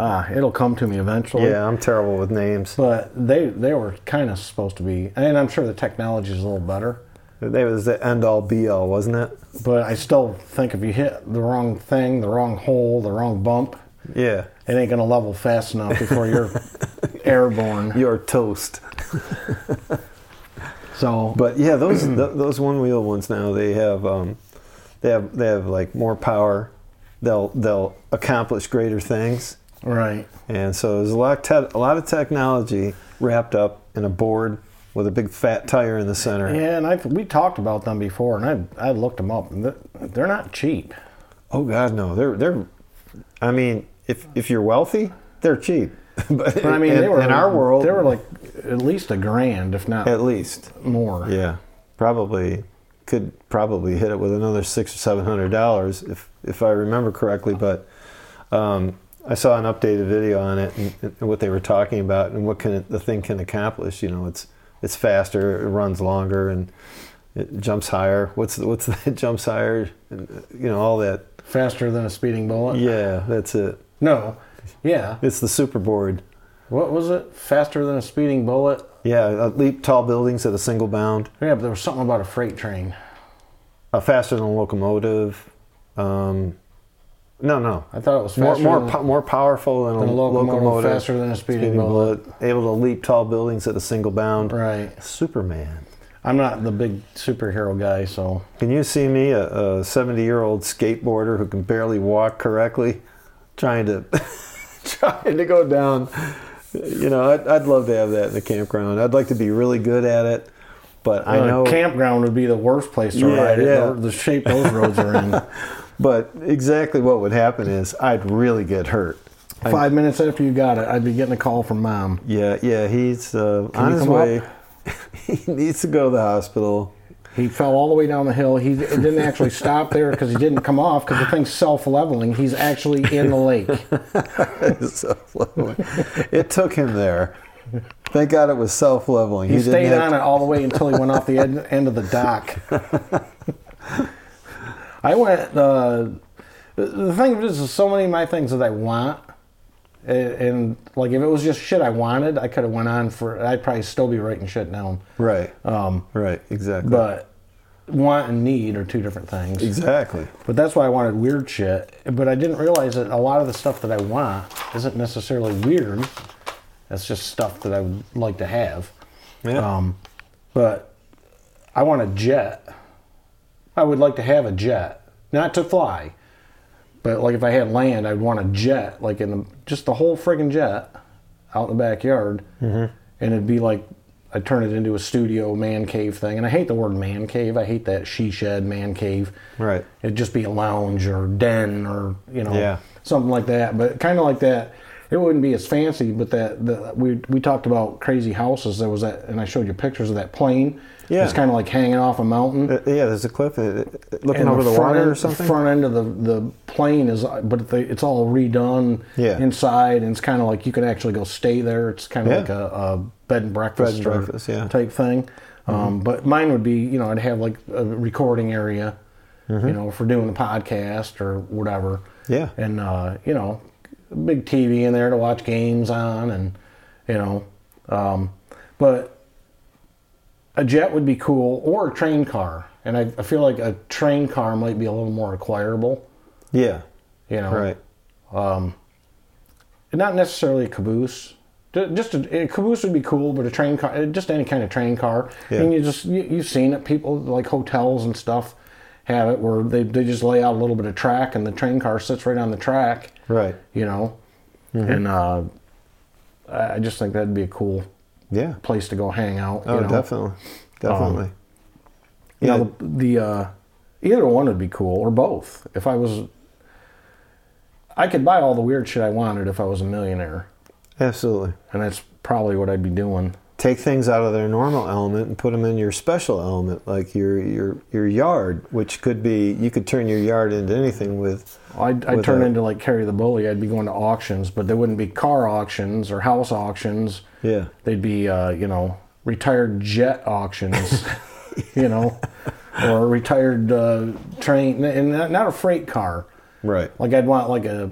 Ah, it'll come to me eventually. yeah, I'm terrible with names. But they they were kind of supposed to be, and I'm sure the technology is a little better. That was the end all be all, wasn't it? But I still think if you hit the wrong thing, the wrong hole, the wrong bump, Yeah, it ain't gonna level fast enough before you're airborne. you're toast. So, But yeah, those th- those one wheel ones now they have um, they have they have like more power. They'll they'll accomplish greater things. right, And so there's a lot, te- a lot of technology wrapped up in a board with a big fat tire in the center. yeah, and I we talked about them before, and I I looked them up, and they're- they're not cheap. Oh God, no! They're they're. I mean, if if you're wealthy, they're cheap. but, But I mean, in, they were in our world, They were like at least a grand, if not at least. more. Yeah, probably could probably hit it with another six or seven hundred dollars if if I remember correctly. But um, I saw an updated video on it and, and what they were talking about and what can it, the thing can accomplish. You know, it's it's faster, it runs longer, and it jumps higher. What's the- what's that jumps higher? And, uh, you know, all that. Faster than a speeding bullet. Yeah, that's it. No. Yeah. It's the superboard. What was it? Faster than a speeding bullet. Yeah, uh, leap tall buildings at a single bound, Yeah, but there was something about a freight train. uh, faster than a locomotive. Um, no, no, I thought it was more faster more, than, po- more powerful than, than a a locomotive, locomotive, faster than a speeding, speeding bullet. bullet, able to leap tall buildings at a single bound. Right. Superman. I'm not the big superhero guy, so Can you see me, a seventy-year-old skateboarder who can barely walk correctly, trying to trying to go down? You know, I'd, I'd love to have that in the campground. I'd like to be really good at it, but I Uh, know campground would be the worst place to Yeah, ride it. yeah. The, the shape those roads are in. But exactly what would happen is I'd really get hurt. I- Five minutes after you got it, I'd be getting a call from mom. yeah, yeah, he's uh, on you his come up? way. he needs to go to the hospital. He fell all the way down the hill. He d- didn't actually stop there because he didn't come off because the thing's self-leveling. He's actually in the lake. Self leveling. it took him there. Thank God it was self leveling. He, stayed on it all the way until he went off the end, end of the dock. I went. Uh, the thing is, is so many of my things that I want, And, and like if it was just shit I wanted, I could have went on for. I'd probably still be writing shit down. Right. Um, right. Exactly. but want and need are two different things. exactly. But that's why I wanted weird shit. But I didn't realize that a lot of the stuff that I want isn't necessarily weird. That's just stuff that I would like to have. Yeah. Um, but I want a jet. I would like to have a jet, not to fly, but like if I had land, I'd want a jet, like in the, just the whole friggin' jet out in the backyard, Mm-hmm. and it'd be like I turn it into a studio man cave thing. And I hate the word man cave. I hate that she shed man cave. Right. It'd just be a lounge or den or you know Yeah. something like that. But kind of like that, it wouldn't be as fancy. But that the, we we talked about crazy houses. There was that, and I showed you pictures of that plane. Yeah. it's kind of like hanging off a mountain. Uh, yeah. There's a cliff uh, looking And over the, front water end, or something. The front end of the, the plane is, but the, it's all redone Yeah. inside, and it's kind of like you can actually go stay there. It's kind of Yeah. like a, a bed and breakfast, and or breakfast, yeah. type thing. Mm-hmm. Um, but mine would be, you know, I'd have like a recording area, you know, for doing a podcast or whatever. Mm-hmm. Yeah. and uh, you know, a big TV in there to watch games on, and you know, um, but a jet would be cool or a train car and I, I feel like a train car might be a little more acquirable yeah. you know Right. not necessarily a caboose Ju- just a, a caboose would be cool but a train car uh, just any kind of train car Yeah. and you just you, you've seen it people like hotels and stuff have it where they, they just lay out a little bit of track and the train car sits right on the track Right. you know Mm-hmm. and uh, i I just think that'd be a cool Yeah. place to go hang out Oh, you know? Um, definitely. Definitely. Yeah, yeah. the, the uh, either one would be cool or both. If I was, I could buy all the weird shit I wanted if I was a millionaire, absolutely. and that's probably what I'd be doing. take things out of their normal element and put them in your special element, like your your your yard, which could be you could turn your yard into anything with. I'd, I'd With turn a- into like Carrie the Bully. I'd be going to auctions, but there wouldn't be car auctions or house auctions. Yeah, They'd be, uh, you know, retired jet auctions, you know, or retired uh, train, and not, not a freight car. right. Like I'd want like a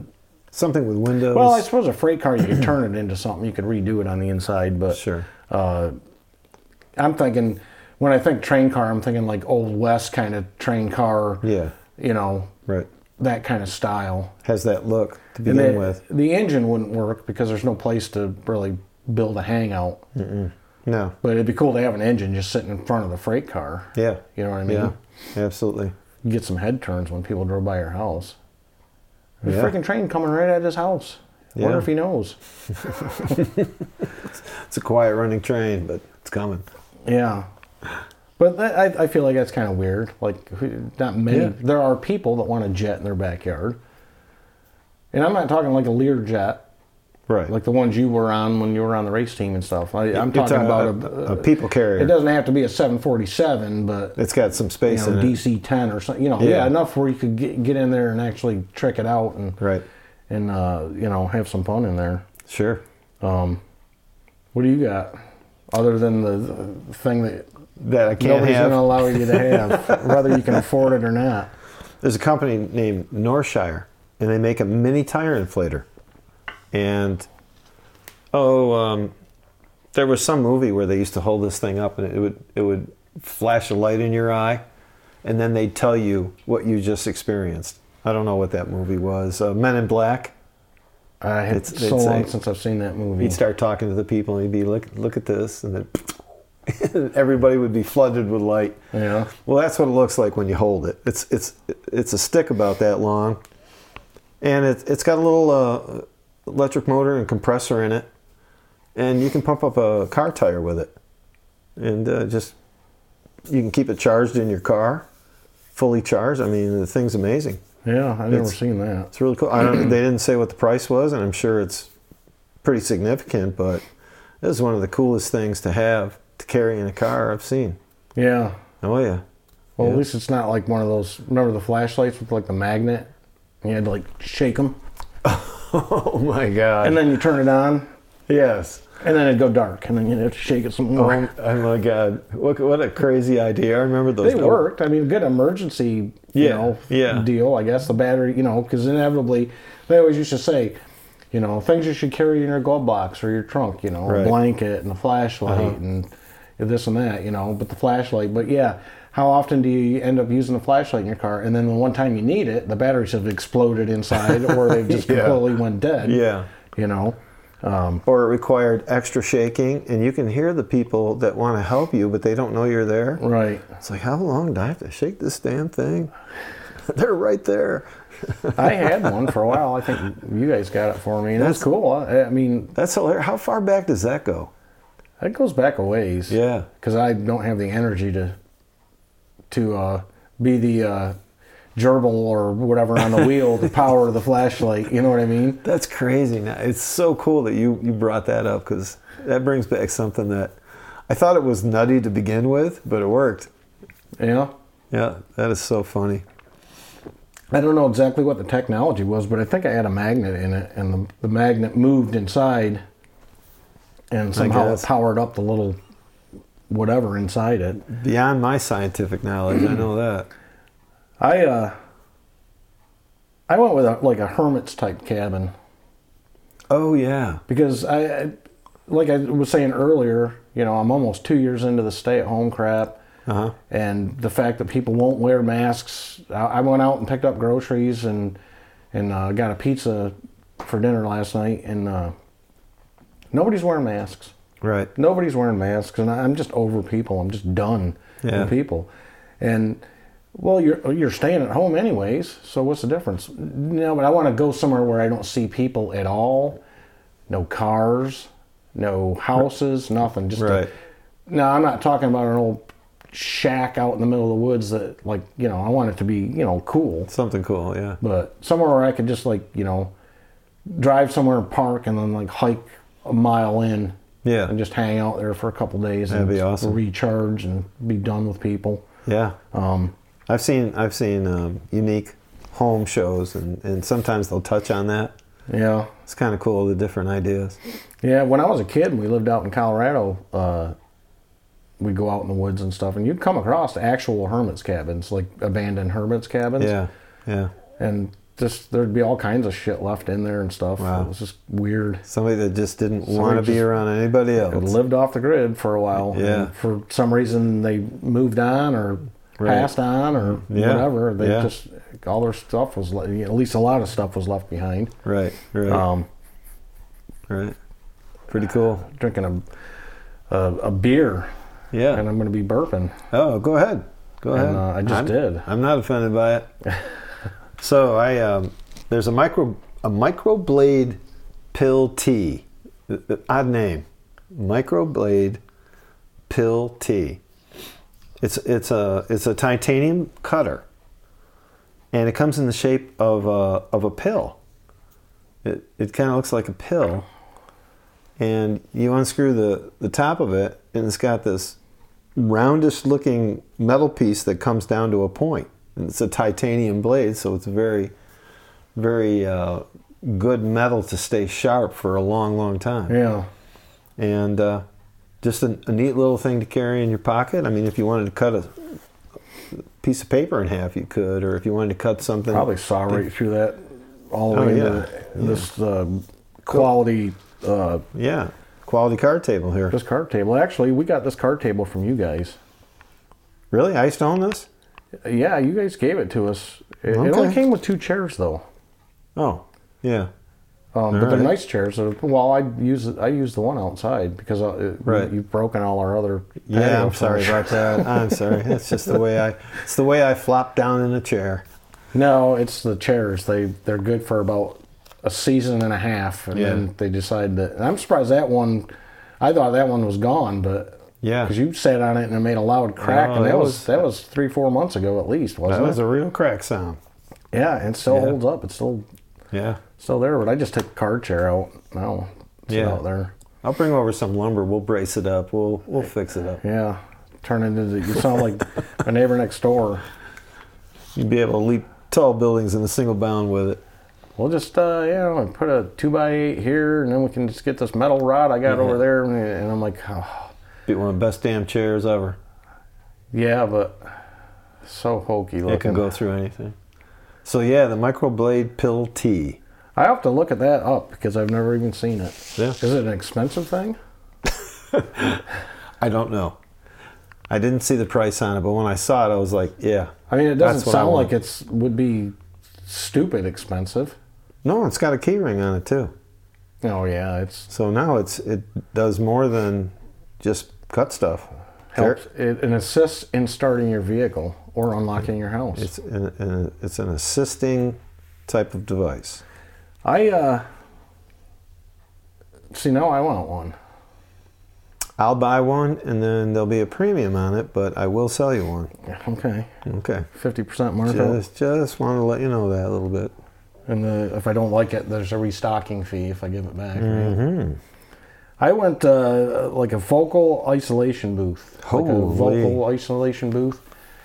Something with windows. well, I suppose a freight car you could turn it into something. You could redo it on the inside, but sure. I'm thinking when I think train car, I'm thinking like old west kind of train car. Yeah, You know right. that kind of style. Has that look to And begin the- with? the engine wouldn't work because there's no place to really build a hangout. No. But it'd be cool to have an engine just sitting in front of the freight car. Yeah. You know what I mean? Yeah. Absolutely. Get some head turns when people drove by your house. There's Yeah. a freaking train coming right at his house. Yeah. Wonder if he knows. It's a quiet running train, but it's coming. Yeah. But that, I, I feel like that's kind of weird. Like, who- not many. Yeah. There are people that want a jet in their backyard. And I'm not talking like a Lear jet, Right. like the ones you were on when you were on the race team and stuff. I, I'm talking about a, a, people carrier. It doesn't have to be a 747, but It's got some you space know, in it. DC 10 or something. You know, yeah. Yeah. enough where you could get, get in there and actually trick it out and Right. and uh, you know have some fun in there. Sure. What do you got other than the, the thing that That I can't nobody's have. going to allow you to have, whether you can afford it or not. There's a company named Norshire, and they make a mini tire inflator. And oh, um, there was some movie where they used to hold this thing up, and it would it would flash a light in your eye, and then they'd tell you what you just experienced. I don't know what that movie was. Uh, Men in Black. I had It's- so it's long a- since I've seen that movie. He'd start talking to the people, and he'd be look look at this, and then everybody would be flooded with light. Yeah. Well, that's what it looks like when you hold it. It's it's it's a stick about that long, and it's it's got a little uh, electric motor and compressor in it, and you can pump up a car tire with it, and uh, just you can keep it charged in your car, fully charged. I mean, the thing's amazing. Yeah, I've never It's- seen that. It's really cool. I don't, they didn't say what the price was, and I'm sure it's pretty significant, but this is one of the coolest things to have to carry in a car I've seen. Yeah. Oh yeah. Well, at Yeah. least it's not like one of those. Remember the flashlights with like the magnet? You had to like shake them, Oh my god. and then you turn it on, Yes. and then it'd go dark, and then you'd have to shake it some more. Oh, oh my God! What, what a crazy idea! I remember those. They worked. I mean, good emergency, you Yeah, know, yeah. deal. I guess the battery, you know, because inevitably, they always used to say, You know, things you should carry in your glove box or your trunk, you know, Right. Uh-huh. a blanket and a flashlight and this and that, you know, but the flashlight. But yeah, how often do you end up using a flashlight in your car? And then the one time you need it, the batteries have exploded inside or they've just Yeah. completely went dead. Yeah. You know? Or it required extra shaking, and you can hear the people that want to help you, but they don't know you're there. Right. It's like, how long do I have to shake this damn thing? They're right there. I had one for a while. I think you guys got it for me. And that's cool. I, I mean, That's hilarious. How far back does that go? that goes back a ways. Yeah. because I don't have the energy to to uh, be the uh, gerbil or whatever on the wheel to power the flashlight. You know what I mean? That's crazy. Now it's so cool that you you brought that up because that brings back something that I thought it was nutty to begin with, but it worked. Yeah. Yeah, that is so funny. I don't know exactly what the technology was, but I think I had a magnet in it, and the, the magnet moved inside, and somehow it guess. powered up the little whatever inside it. Beyond my scientific knowledge, I know that. I uh, I went with a, like a hermit's type cabin. Oh yeah, because I, I like I was saying earlier, you know, I'm almost two years into the stay-at-home crap, Uh-huh. and the fact that people won't wear masks. I, I went out and picked up groceries and and uh, got a pizza for dinner last night, and uh, nobody's wearing masks. right. Nobody's wearing masks, and I- I'm just over people. I'm just done Yeah. with people, and. Well, you're you're staying at home anyways, so what's the difference? No, but I want to go somewhere where I don't see people at all, no cars, no houses, nothing. Just a- Right. now, I'm not talking about an old shack out in the middle of the woods that, like, you know, I want it to be, you know, cool, Something cool. Yeah. but somewhere where I could just like, you know, drive somewhere and park and then like hike a mile in, Yeah. and just hang out there for a couple days That'd and be awesome. recharge and be done with people. Yeah. Um, I've seen I've seen um, unique home shows, and and sometimes they'll touch on that. yeah. It's kind of cool the different ideas. Yeah, when I was a kid, and we lived out in Colorado. Uh, we'd go out in the woods and stuff, and you'd come across actual hermits' cabins, like abandoned hermits' cabins. Yeah. Yeah. And just there'd be all kinds of shit left in there and stuff. Wow. It was just weird. Somebody that just didn't want to be just- around anybody It else. lived off the grid for a while. Yeah. and for some reason, they moved on or Right. passed on or Yeah. whatever. They Yeah. just all their stuff was le- at least a lot of stuff was left behind. Right. Right. Um, right. Pretty cool. drinking a, a a beer, Yeah. and I'm going to be burping. Oh, go ahead. Go ahead. uh, I just I'm- did. I'm not offended by it. so I um, there's a micro a microblade pill tea. Uh, uh, Odd name. Microblade pill tea. It's it's a it's a titanium cutter. And it comes in the shape of a of a pill. It it kind of looks like a pill. And you unscrew the, the top of it and it's got this roundish looking metal piece that comes down to a point. And it's a titanium blade, so it's very, very uh, good metal to stay sharp for a long, long time. Yeah. And uh, just a, a neat little thing to carry in your pocket. I mean, if you wanted to cut a piece of paper in half, you could, or if you wanted to cut something. probably saw right through that all the Oh, way yeah. into this uh, quality uh, Yeah. Quality card table here. this card table. Actually, we got this card table from you guys. really? I used to own this? Yeah, you guys gave it to us. It, it Okay. only came with two chairs though, Oh, yeah. um, but they're right. nice chairs. They're- Well, I use I use the one outside because uh, it, Right. you've broken all our other. Yeah, patio I'm sorry furniture. about that. I'm sorry. That's just the way I. It's the way I flop down in a chair. No, it's the chairs. They they're good for about a season and a half, and Yeah. then they decide that. And I'm surprised that one. I thought that one was gone, but Yeah, because you sat on it and it made a loud crack, Oh, and that, that was, was- that was three four months ago at least, that wasn't was it? a real crack sound. yeah, and it still Yeah. holds up. It's still Yeah, still there, but I just took the car chair out now. It's Yeah. out there. I'll bring over some lumber. We'll brace it up. We'll we'll fix it up. Yeah, turn into the, you sound like my neighbor next door. You'll be able to leap tall buildings in a single bound with it. We'll just uh, you know put a two by eight here, and then we can just get this metal rod I got over there, and, and I'm like, oh, Be one of the best damn chairs ever. yeah, but so hokey looking. It can go through anything. So yeah, the microblade pill tea. I have to look at that up because I've never even seen it. Yeah. Is it an expensive thing? I don't know. I didn't see the price on it, but when I saw it, I was like, yeah. I mean, it That's doesn't what I sound want. like it's would be stupid expensive. No, it's got a key ring on it too. Oh yeah, it's So now it's it does more than just cut stuff. helps it, it assists in starting your vehicle or unlocking your house. It's an, an, it's an assisting type of device. I uh see now I want one. I'll buy one, and then there'll be a premium on it, but I will sell you one. Okay, Okay. fifty percent markup, Just just want to let you know that a little bit. and uh if I don't like it, there's a restocking fee if I give it back. right? Mm-hmm. I went uh, like a vocal isolation booth, like a Holy. vocal isolation booth.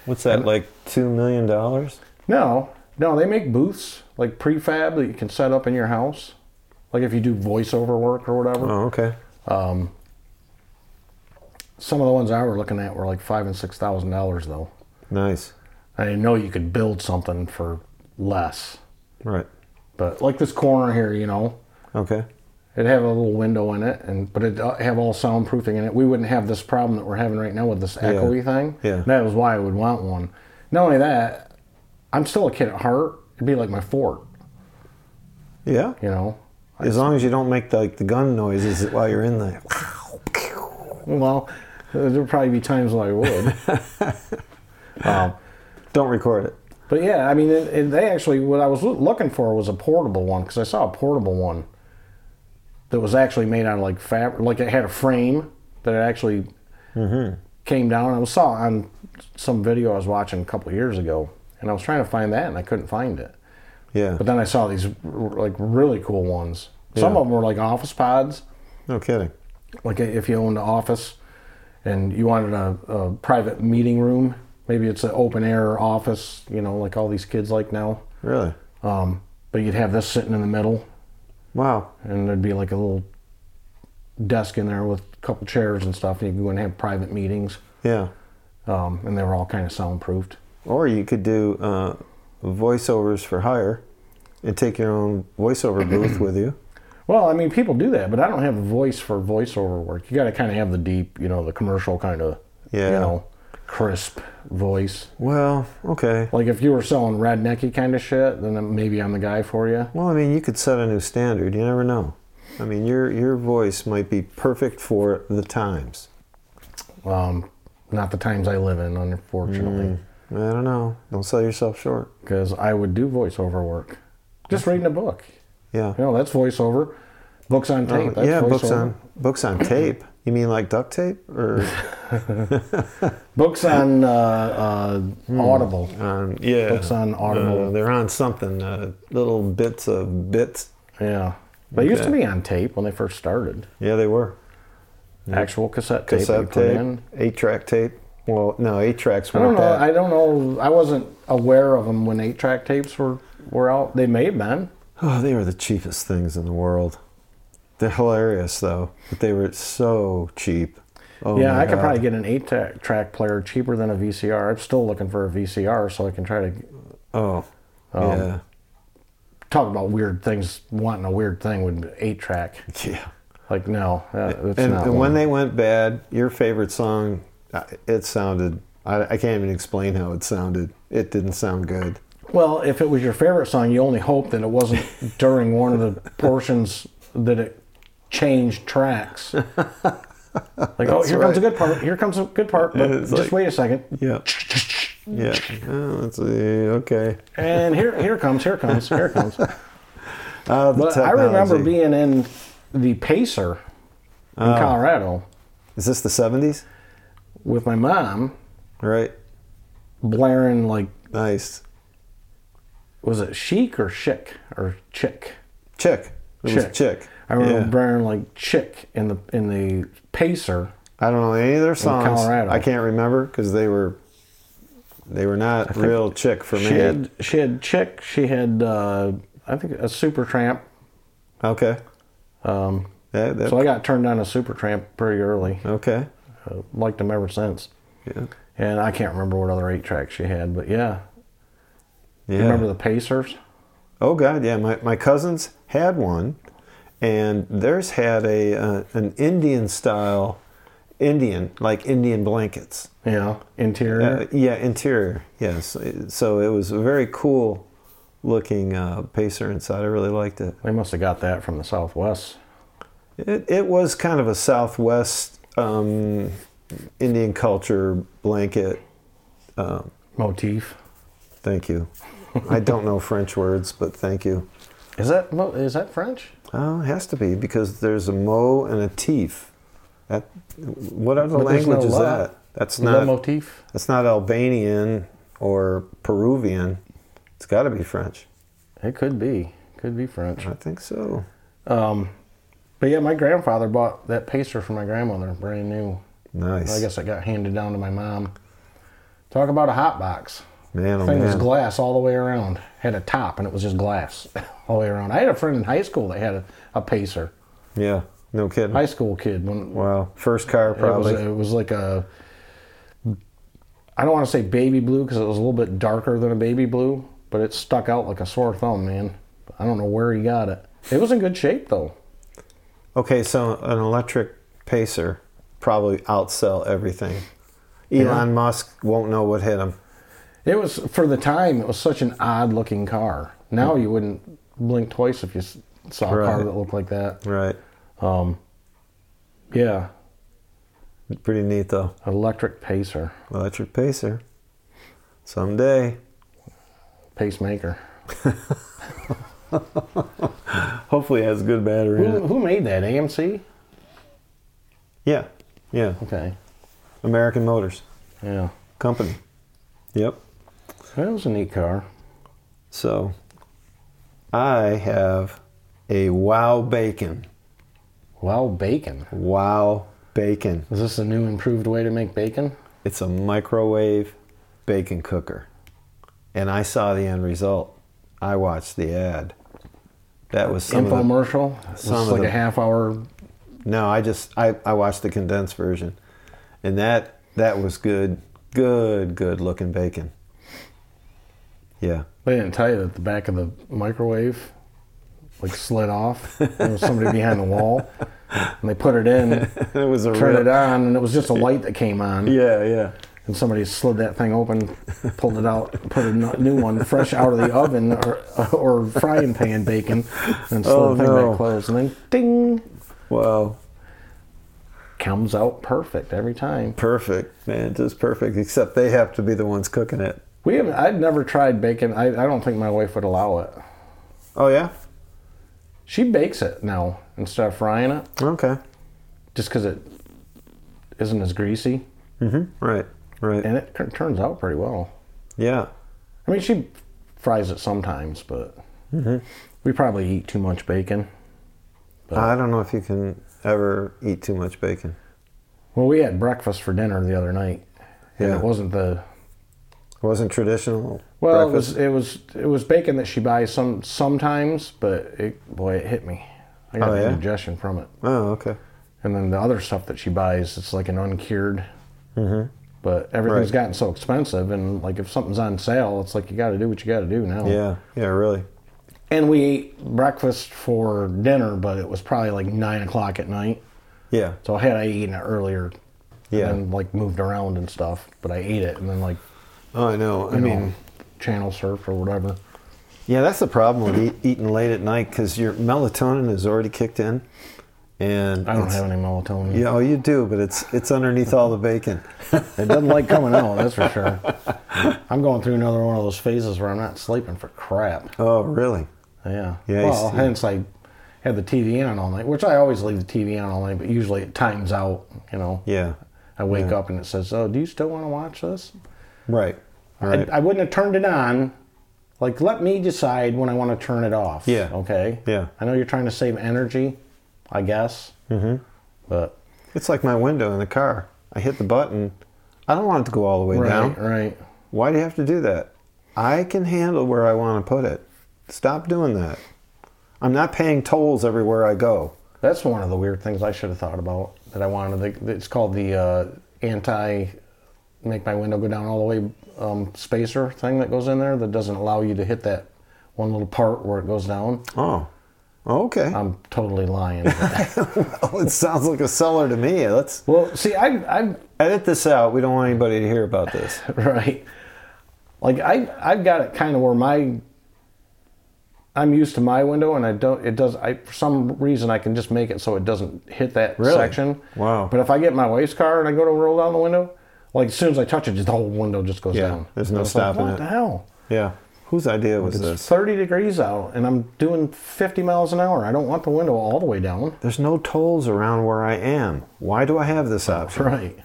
What's that like? Two million dollars? No, no, they make booths like prefab that you can set up in your house, like if you do voiceover work or whatever. Oh, okay. Some of the ones I were looking at were like five and six thousand dollars though. Nice. I didn't know you could build something for less, Right. but like this corner here, you know, Okay. it'd have a little window in it, and but it'd uh, have all soundproofing in it. We wouldn't have this problem that we're having right now with this echoey thing. Yeah. that was why I would want one. Not only that, I'm still a kid at heart. It'd be like my fort, Yeah. you know. As long as you don't make the, like the gun noises while you're in there. Well, there'd probably be times when I would. um, Don't record it. but yeah, I mean, it, it, they actually, what I was loo- looking for was a portable one because I saw a portable one that was actually made out of like fabric, like it had a frame that it actually came down. I was- saw it on some video I was watching a couple years ago, and I was trying to find that and I couldn't find it. Yeah. But then I saw these r- like really cool ones. Some Yeah. of them were like office pods. No kidding. like if you owned an office and you wanted a, a private meeting room maybe it's an open air office you know like all these kids like now Really. um, but you'd have this sitting in the middle Wow. and there'd be like a little desk in there with a couple chairs and stuff and you could go and have private meetings Yeah. um, and they were all kind of soundproofed Or you could do uh, voiceovers for hire and take your own voiceover booth with you. well i mean people do that but i don't have a voice for voiceover work you got to kind of have the deep you know the commercial kind of Yeah. you know crisp voice Well, okay. Like if you were selling rednecky kind of shit, then maybe I'm the guy for you. Well, I mean, you could set a new standard. You never know. I mean, your your voice might be perfect for the times. Um, not the times I live in, unfortunately, I don't know. Don't sell yourself short. because I would do voiceover work, just reading a book. Yeah. You know, that's voiceover. Books on tape. that's Uh, yeah, voiceover. books on books on tape. You mean like duct tape or books on uh, uh, Hmm. Audible. on yeah? Books on Audible. Uh, they're on something. Uh, little bits of bits. Yeah, they used to Okay. be on tape when they first started. Yeah, they were Actual cassette tape. that you cassette put tape, in. eight track tape. Well, no, eight tracks I weren't don't know. that. I don't know. I wasn't aware of them when eight track tapes were were out. They may have been. Oh, they were the cheapest things in the world. They're hilarious though, but they were so cheap. Oh Yeah, my I could God. probably get an eight ta- track player cheaper than a VCR. I'm still looking for a VCR so I can try to Oh, yeah, talk about weird things. Wanting a weird thing would be eight track. yeah. Like no, that, that's And, not. and when one. they went bad, your favorite song, uh, it sounded. I, I can't even explain how it sounded. It didn't sound good. well, if it was your favorite song, you only hope that it wasn't during one of the portions that it changed tracks. Like oh, here comes a good part. Here comes a good part. But It's just like- wait a second. Yeah. Yeah. Oh, let's see. Okay. And here, here comes, here comes, here comes. Oh, the But I remember technology. being in the Pacer in Oh. Colorado. Is this the '70s? with my mom Right. blaring like Nice. was it chic or chic or chick Chick. It was Chick. chick. i remember Yeah. blaring like chick in the in the pacer I don't know any of their songs. Colorado. I can't remember because they were they were not real chick for me. she had she had chick she had uh i think a super tramp Okay. um That- that- so i got turned on a super tramp pretty early okay. uh, liked them ever since Yeah. and i can't remember what other eight tracks she had but yeah Yeah. You remember the pacers oh God, yeah. My my cousins had one, and theirs had a uh, an Indian style, Indian like Indian blankets. Yeah. Interior. Uh, yeah, interior. Yes. So it was a very cool looking uh, pacer inside. I really liked it. they must have got that from the Southwest. It, it was kind of a Southwest um, Indian culture blanket. Motif. Thank you. I don't know French words, but thank you. Is that mo- is that French? Oh, it has to be because there's a mo and a teef. That what other But there's no language is la. that? That's Le not motif. that's not Albanian or Peruvian. It's got to be French. It could be. Could be French. I think so. Um, but yeah, my grandfather bought that pacer for my grandmother, brand new. Nice. I guess it got handed down to my mom. Talk about a hot box. man, oh thing was man. glass all the way around. Had a top and it was just glass all the way around. I had a friend in high school that had a, a pacer. yeah, no kidding. High school kid when wow, first car it was, probably. it was like a I don't want to say baby blue because it was a little bit darker than a baby blue, but it stuck out like a sore thumb, man. I don't know where he got it. It was in good shape though. Okay, so an electric pacer probably outsell everything. Elon Musk won't know what hit him. It was for the time. It was such an odd looking car. Now you wouldn't blink twice if you s- saw a car Right. that looked like that. Right. Yeah, Pretty neat though. electric pacer, Electric pacer. Someday. pacemaker. Hopefully it has good battery in Who, it. who made that? AMC. Yeah. Yeah. Okay. American Motors Yeah. Company. Yep. That was a neat car. So I have a wow bacon. Wow, bacon. Wow bacon. Is this a new improved way to make bacon? It's a microwave bacon cooker. And I saw the end result. I watched the ad. That was some of the- Infomercial. It's some of like the- a half hour. No, I just I, I watched the condensed version. And that that was good. Good, good looking bacon. Yeah. They didn't tell you that the back of the microwave like slid off. there was somebody behind the wall, and they put it in. it was a Turned it real- on, and it was just a light that came on. Yeah, yeah. and somebody slid that thing open, pulled it out, put a nu- new one fresh out of the oven or, or frying pan bacon, and slid Oh, the thing no. back closed. And then ding, Wow. comes out perfect every time. Perfect, man. Just perfect. Except they have to be the ones cooking it. We have I'd never tried bacon. I, I don't think my wife would allow it. Oh yeah? She bakes it now instead of frying it, Okay. just because it isn't as greasy, Mm-hmm. Right. Right. and it tur- turns out pretty well. yeah. I mean, she fries it sometimes, but Mm-hmm. we probably eat too much bacon. I don't know if you can ever eat too much bacon. Well, we had breakfast for dinner the other night, and Yeah. it wasn't the It wasn't traditional. well. breakfast. It was it was it was bacon that she buys some sometimes, but it, boy, it hit me. I got Oh, yeah? indigestion from it, Oh, okay. and then the other stuff that she buys, it's like an uncured. But everything's Mm-hmm. Right. gotten so expensive, and like if something's on sale, it's like you got to do what you got to do now. Yeah. Yeah, really. And we ate breakfast for dinner, but it was probably like nine o'clock at night. Yeah. So had I eaten it earlier, Yeah. and then, like moved around and stuff, but I ate it, and then like Oh, I know. I you mean, know, channel surf or whatever. yeah, that's the problem with eat, eating late at night because your melatonin is already kicked in, and I don't it's- have any melatonin. Yeah, oh, you do, but it's it's underneath all the bacon. It doesn't like coming out, that's for sure. I'm going through another one of those phases where I'm not sleeping for crap. Oh, really? Yeah. Yeah, I well, see. hence I had the TV on all night, which I always leave the TV on all night, but usually it times out, you know. Yeah. I wake up and it says, "Oh, do you still want to watch this?" Right. Right. I, I wouldn't have turned it on. Like, let me decide when I want to turn it off. Yeah. Okay. Yeah. I know you're trying to save energy, I guess. Mm-hmm. But It's like my window in the car. I hit the button. I don't want it to go all the way right, down. right. Why do you have to do that? I can handle where I want to put it. Stop doing that. I'm not paying tolls everywhere I go. That's one of the weird things I should have thought about that I wanted. To, it's called the uh, anti make my window go down all the way um, spacer thing that goes in there that doesn't allow you to hit that one little part where it goes down. Oh, Okay. I'm totally lying. it sounds like a seller to me. Let's well, see, I, I, edit this out. We don't want anybody to hear about this. right, like I, I've got it kind of where my, I'm used to my window, and I don't. It does. I for some reason I can just make it so it doesn't hit that Really? section. Wow. But if I get in my wife's car and I go to roll down the window, like as soon as I touch it, just the whole window just goes Yeah, down. there's no It's stopping like, it. What the hell? Yeah. Whose idea was It's this? 30 degrees out, and I'm doing 50 miles an hour. I don't want the window all the way down. There's no tolls around where I am. Why do I have this option? Right.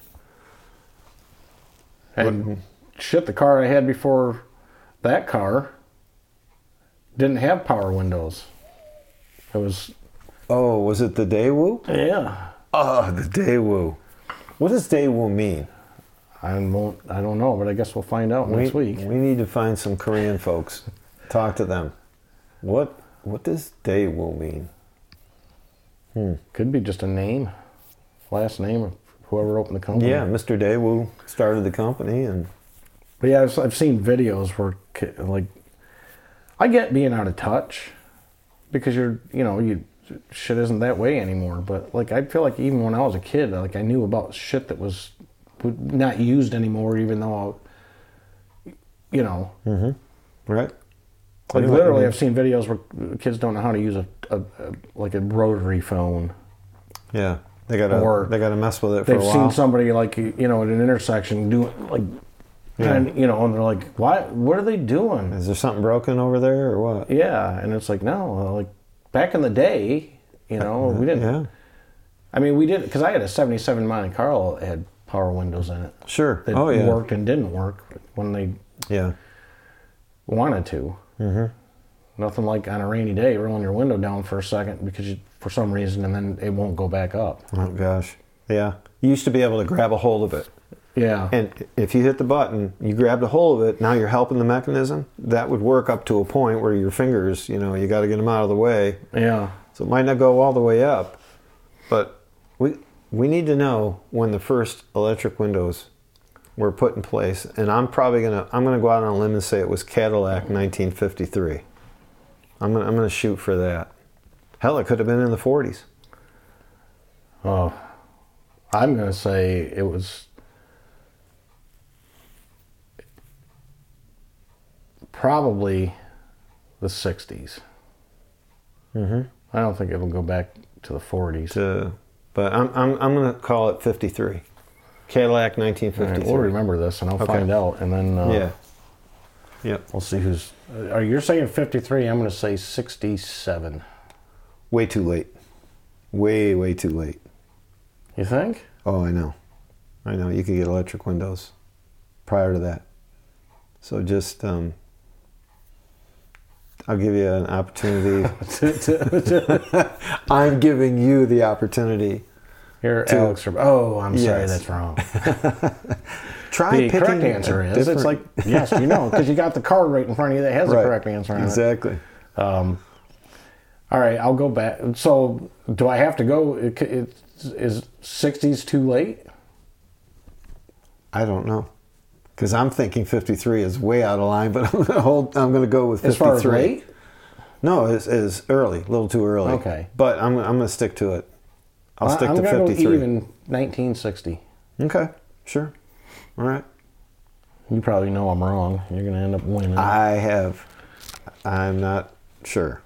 And shit, the car I had before that car didn't have power windows. It was Oh, was it the Daewoo? yeah. Oh, the Daewoo. What does Daewoo mean? I won't. I don't know, but I guess we'll find out We, next week. we need to find some Korean folks. Talk to them. What what does Daewoo mean? Could be just a name, last name of whoever opened the company. Yeah, Mr. Daewoo started the company and But yeah, I've, I've seen videos where ki- like I get being out of touch because you're you know you shit isn't that way anymore. But like I feel like even when I was a kid, like I knew about shit that was w- not used anymore, even though I, you know Hmm. right? like Anyway, literally mhm. I've seen videos where kids don't know how to use a, a, a like a rotary phone. Yeah. They gotta Or they gotta mess with it for They've a while. seen somebody like you know at an intersection doing like. Yeah. And you know, and they're like, "Why? What are they doing?" Is there something broken over there or what? Yeah, and it's like no, like back in the day, you know, we didn't. Yeah. I mean, we did because I had a '77 Monte Carlo that had power windows in it Sure. that oh yeah. worked and didn't work when they Yeah. wanted to. Mm-hmm. Nothing like on a rainy day rolling your window down for a second because you, for some reason, and then it won't go back up. Oh gosh. Yeah. You used to be able to grab a hold of it. Yeah, And if you hit the button, you grabbed a hold of it, now you're helping the mechanism. That would work up to a point where your fingers, you know, you got to get them out of the way. yeah, So it might not go all the way up, but we we need to know when the first electric windows were put in place. And I'm probably going to I'm going to go out on a limb and say it was Cadillac 1953. I'm going to I'm going to shoot for that. Hell, it could have been in the 40s. Oh, I'm gonna say it was probably the '60s. Mm-hmm. I don't think it'll go back to the '40s. to- but I'm, I'm, I'm going to call it 53. Cadillac All right, 1953. we'll remember this, and I'll find out, and then uh, Yeah. Yep. we'll see who's. uh, Are you're saying 53? I'm gonna say 67. Way too late. Way, way too late. You think? Oh, I know. I know. You could get electric windows prior to that. So just, um, I'll give you an opportunity. I'm giving you the opportunity. Here, Alex. Reb- Oh, I'm sorry, Yes. that's wrong. Try The picking correct a answer is different- it's like yes, you know, because you got the card right in front of you that has Right. the correct answer on it. Exactly. All right, I'll go back. So, do I have to go? It, it, is 60s too late? I don't know. Because I'm thinking 53 is way out of line, but I'm gonna hold. I'm gonna go with 53. As far as late? No, it's, it's early, a little too early. Okay. But I'm, I'm gonna stick to it. I'll stick I- I'm to gonna 53. Go even 1960. Okay. Sure. All right. You probably know I'm wrong. You're going to end up winning. I have. I'm not sure.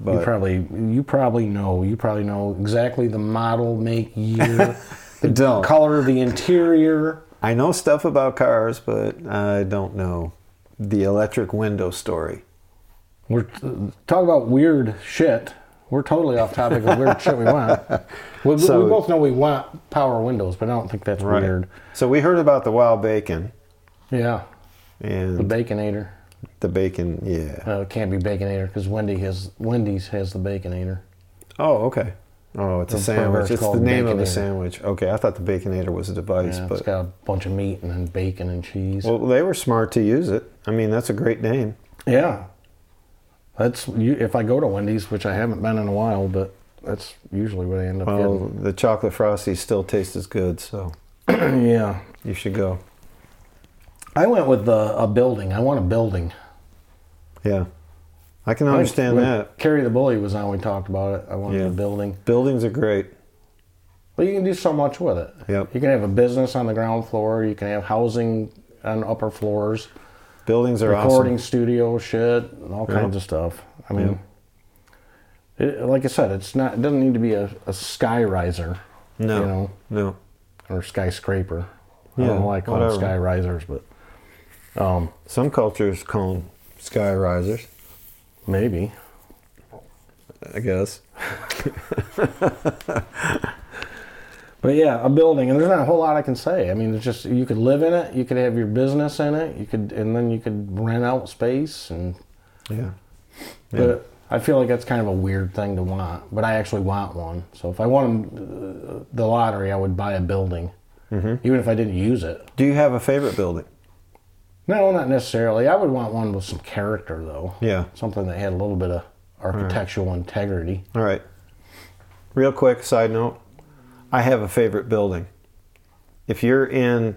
you But probably you probably know. You probably know exactly the model, make, year, the Don't. color of the interior. I know stuff about cars, but I don't know the electric window story. We're talk about weird shit. We're totally off topic of weird shit we want. We, So- we both know we want power windows, but I don't think that's weird. So we heard about the wild bacon Yeah, and the baconator. the bacon. Yeah. No, it can't be baconator because Wendy has Wendy's has the baconator. Oh, okay. Oh, it's a pervert's sandwich. It's the called name of a Baconator. sandwich. Okay, I thought the baconator was a device, Yeah, it's but got a bunch of meat and then bacon and cheese. well, they were smart to use it. I mean, that's a great name. yeah, that's you, if I go to Wendy's, which I haven't been in a while, but that's usually what I end up Well, the chocolate frosty still tastes as good, so getting. yeah, you should go. uh, I went with the, a building. I want a building. Yeah, I can I think understand when that. Carry the bully was on. We talked about it. I wanted Yeah. a building, Buildings are great. but you can do so much with it. Yep. You can have a business on the ground floor. You can have housing on upper floors, Buildings are recording awesome. studio shit, and all Yeah. kinds of stuff. I mean, it, like I said, it's not. It doesn't need to be a, a sky riser. No. You know, No. or skyscraper. I Yeah, don't like calling whatever. sky risers, but um, Some cultures call 'em sky risers, maybe. I guess. But yeah, a building, and there's not a whole lot I can say. I mean, it's just you could live in it, you could have your business in it, you could, and then you could rent out space. And Yeah. but I feel like that's kind of a weird thing to want. But I actually want one. So if I won uh, the lottery, I would buy a building, Mm-hmm. even if I didn't use it. Do you have a favorite building? No, not necessarily. I would want one with some character, though. Yeah. something that had a little bit of architectural integrity. All right. Real quick side note I have a favorite building. If you're in,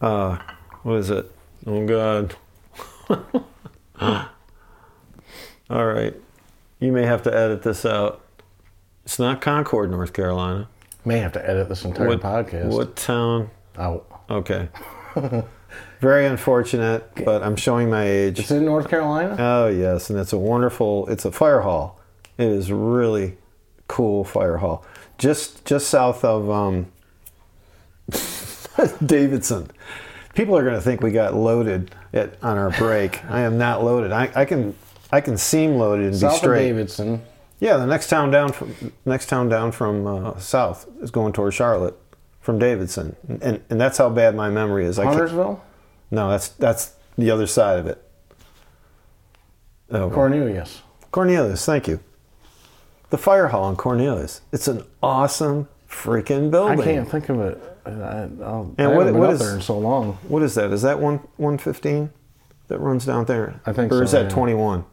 uh, what is it? Oh, God. All right. You may have to edit this out. It's not Concord, North Carolina. May have to edit this entire podcast What town? out. Okay. Very unfortunate, but I'm showing my age. It's in North Carolina. Oh yes, and it's a wonderful. It's a fire hall. It is really cool fire hall. Just just south of um, Davidson. People are going to think we got loaded at, on our break. I am not loaded. I, I can I can seem loaded and be South of straight. Davidson. Yeah, the next town down from next town down from uh, south is going toward Charlotte from Davidson, and and that's how bad my memory is. I can't- Huntersville? no, that's that's the other side of it. Oh, Cornelius. Cornelius, thank you. The fire hall in Cornelius. It's an awesome freaking building. I can't think of it. I, I'll, I And haven't what- been what up is- there in so long. What is that? Is that one one fifteen that runs down there? I think Or is so, that yeah. twenty one?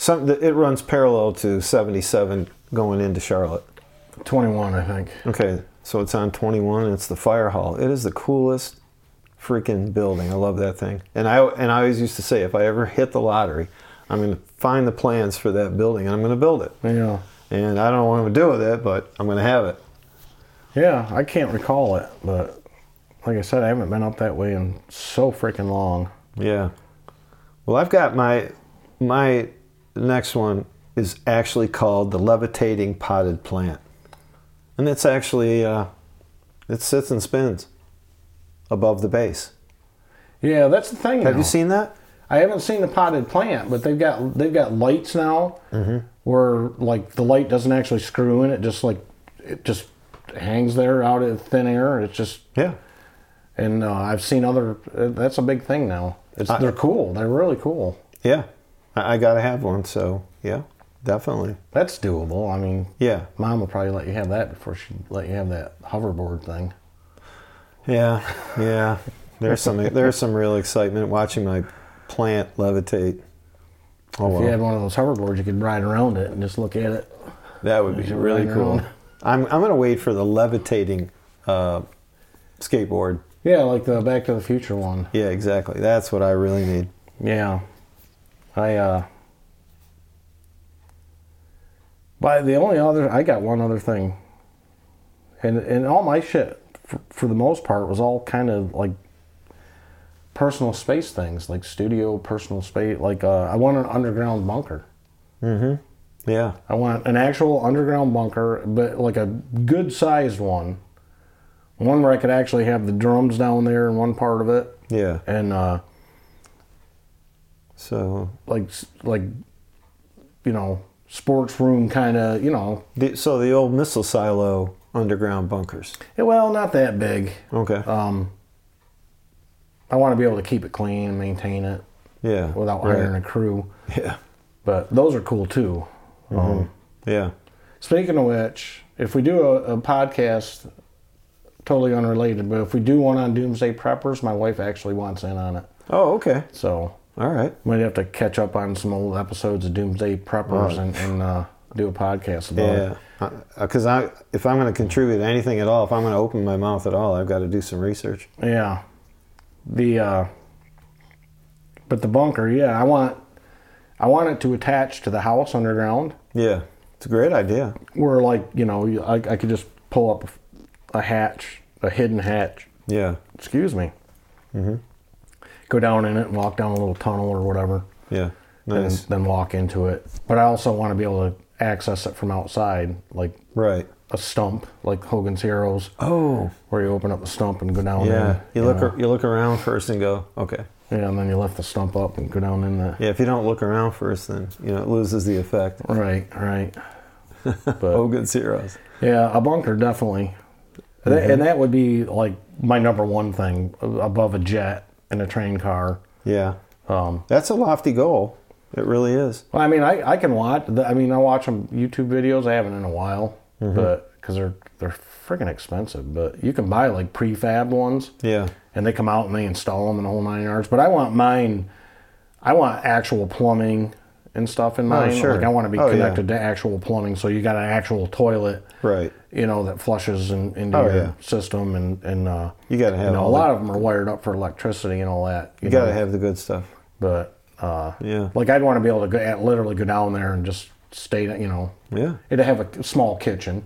Some th- it runs parallel to seventy seven going into Charlotte. 21, I think. Okay, so it's on twenty one and it's the fire hall. It is the coolest freaking building. I love that thing. And I and I always used to say if I ever hit the lottery, I'm gonna find the plans for that building and I'm gonna build it. Yeah. And I don't know what I'm gonna do with it, but I'm gonna have it. Yeah, I can't recall it, but like I said, I haven't been up that way in so freaking long. Yeah. Well, I've got my my next one is actually called the levitating potted plant, and it's actually uh, it sits and spins above the base. Yeah, that's the thing. Have now. you seen that? I haven't seen the potted plant, but they've got they've got lights now Mm-hmm. where like the light doesn't actually screw in. It just like it just hangs there out of thin air. It's just Yeah. and uh, I've seen other. Uh, that's a big thing now. It's they're cool. They're really cool. Yeah. I, I gotta have one. So yeah, definitely. That's doable. I mean, Yeah. mom will probably let you have that before she let you have that hoverboard thing. Yeah. Yeah. There's some there's some real excitement watching my plant levitate. Oh If you wow. had one of those hoverboards, you could ride around it and just look at it. That would be Just really ride cool. around. I'm, I'm going to wait for the levitating uh, skateboard. Yeah, like the Back to the Future one. Yeah, exactly. That's what I really need. Yeah. I uh By the only other I got one other thing. And and all my shit for, for the most part was all kind of like personal space things, like studio personal space, like uh I want an underground bunker. Yeah. I want an actual underground bunker, but like a good sized one. One where I could actually have the drums down there in one part of it Yeah. and uh So, like s- like you know sports room kind of you know the, so the old missile silo underground bunkers. eh, well not that big Okay. um i want to be able to keep it clean and maintain it yeah. without Right. hiring a crew Yeah. but those are cool too um, Yeah. speaking of which if we do a, a podcast totally unrelated but if we do one on doomsday preppers my wife actually wants in on it Oh, okay. so All right. might have to catch up on some old episodes of doomsday preppers and, and uh, do a podcast about it Yeah. Because Uh, I, if I'm going to contribute anything at all, if I'm going to open my mouth at all, I've got to do some research. Yeah. The uh but the bunker, yeah, I want I want it to attach to the house underground, Yeah, it's a great idea. where like you know you- I, I could just pull up a hatch, a hidden hatch. Yeah, Excuse me. Mm-hmm. Go down in it and walk down a little tunnel or whatever, yeah, and nice. then walk into it. But I also want to be able to access it from outside, like Right. a stump, like Hogan's Heroes, Oh, where you open up the stump and go down. yeah. in, You look know. ar- you look around first and go okay. yeah, and then you lift the stump up and go down in the. Yeah, if you don't look around first, then you know it loses the effect. Oh, Right, right. But Hogan's heroes. Yeah, a bunker definitely, And Mm-hmm. that- and that would be like my number one thing a- above a jet and a train car. Yeah, Um, that's a lofty goal. It really is. well, I mean, I, I can watch. the- I mean, I watch them YouTube videos. I haven't in a while, Mm-hmm. but because they're they're freaking expensive. But you can buy like prefab ones, Yeah, and they come out and they install them in the whole nine yards. But I want mine. I want actual plumbing and stuff in mine. sure. Like I want to be Oh, yeah. connected to actual plumbing, so you got an actual toilet. right. you know that flushes in, into Oh, your yeah. system and and uh, You gotta have know, a all lot the- of them are wired up for electricity and all that. You got to have the good stuff. but uh, Yeah. like I'd want to be able to go, literally go down there and just stay. You know, Yeah, it'd have a small kitchen.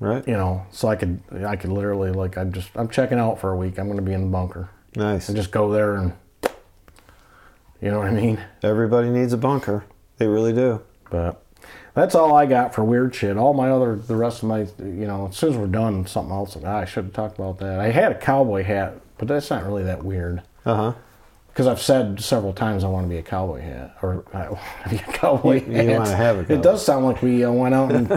right. You know, so I could I could literally like I'm just I'm checking out for a week. I'm going to be in the bunker Nice. and just go there and you know what I mean. Everybody needs a bunker. They really do. But that's all I got for weird shit. All my other, the rest of my, you know, as soon as we're done, something else. Like, "Ah, I should have talked about that. I had a cowboy hat, but that's not really that weird. Uh huh. Because I've said several times I want to be a cowboy hat, or I want to be a cowboy You- hat. you wanna have a It does sound like we uh, went out and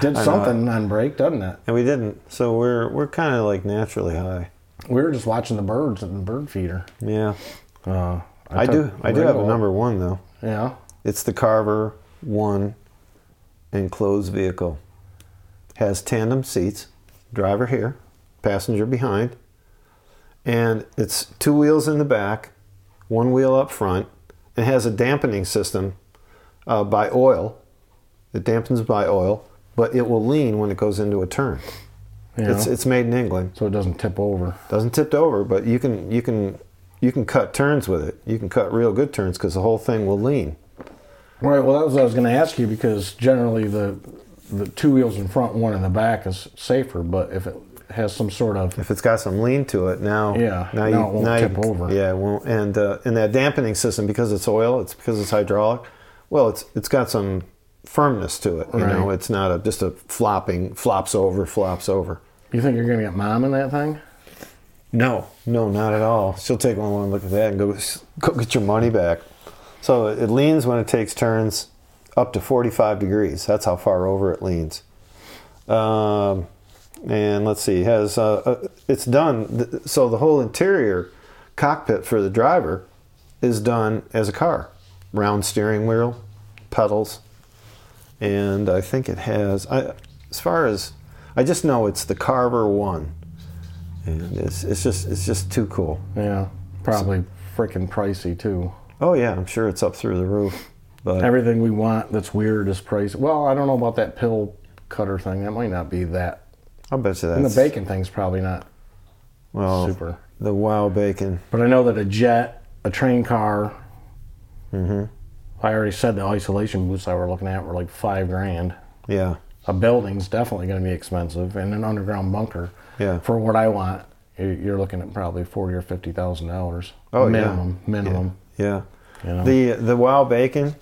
did something on break, doesn't it? And we didn't. So we're we're kind of like naturally high. We were just watching the birds at the bird feeder. Yeah. Uh, I do. took I do have a Ringo. number one though. Yeah. It's the Carver One enclosed vehicle. Has tandem seats, driver here, passenger behind, and it's two wheels in the back, one wheel up front, and has a dampening system uh, by oil. It dampens by oil, but it will lean when it goes into a turn. You It's know, it's made in England. so it doesn't tip over. doesn't tipped over, but you can you can you can cut turns with it. You can cut real good turns because the whole thing will lean. All Right. Well, that was what I was going to ask you because generally the the two wheels in front, one in the back is safer. But if it has some sort of If it's got some lean to it, now Yeah, now, now you it won't now you- tip over. Yeah, it won't, and uh, and that dampening system because it's oil, it's because it's hydraulic. Well, it's it's got some firmness to it. You know, Right. it's not a, just a flopping flops over flops over. you think you're going to get mom in that thing, No, no, not at all. She'll take one long look at that and go, "S- go get your money back. So it it leans when it takes turns up to 45 degrees. That's how far over it leans. Um, and let's see, has uh, uh, it's done. th- So the whole interior cockpit for the driver is done as a car, round steering wheel, pedals, and I think it has. I, as far as I just know, it's the Carver One, and it's it's just it's just too cool. yeah, probably freaking pricey too. Oh yeah, I'm sure it's up through the roof. But Everything we want that's weird is pricey. Well, I don't know about that pill cutter thing. That might not be that. I'll bet you that's Oh. And the bacon thing's probably not well, super. The wow bacon. But I know that a jet, a train car. Mm-hmm. I already said the isolation booths I were looking at were like five grand. Yeah, a building's definitely going to be expensive, and an underground bunker. Yeah. For what I want, you- you're looking at probably forty or fifty thousand dollars. Oh, yeah. minimum, minimum. yeah. You know? The the wow bacon,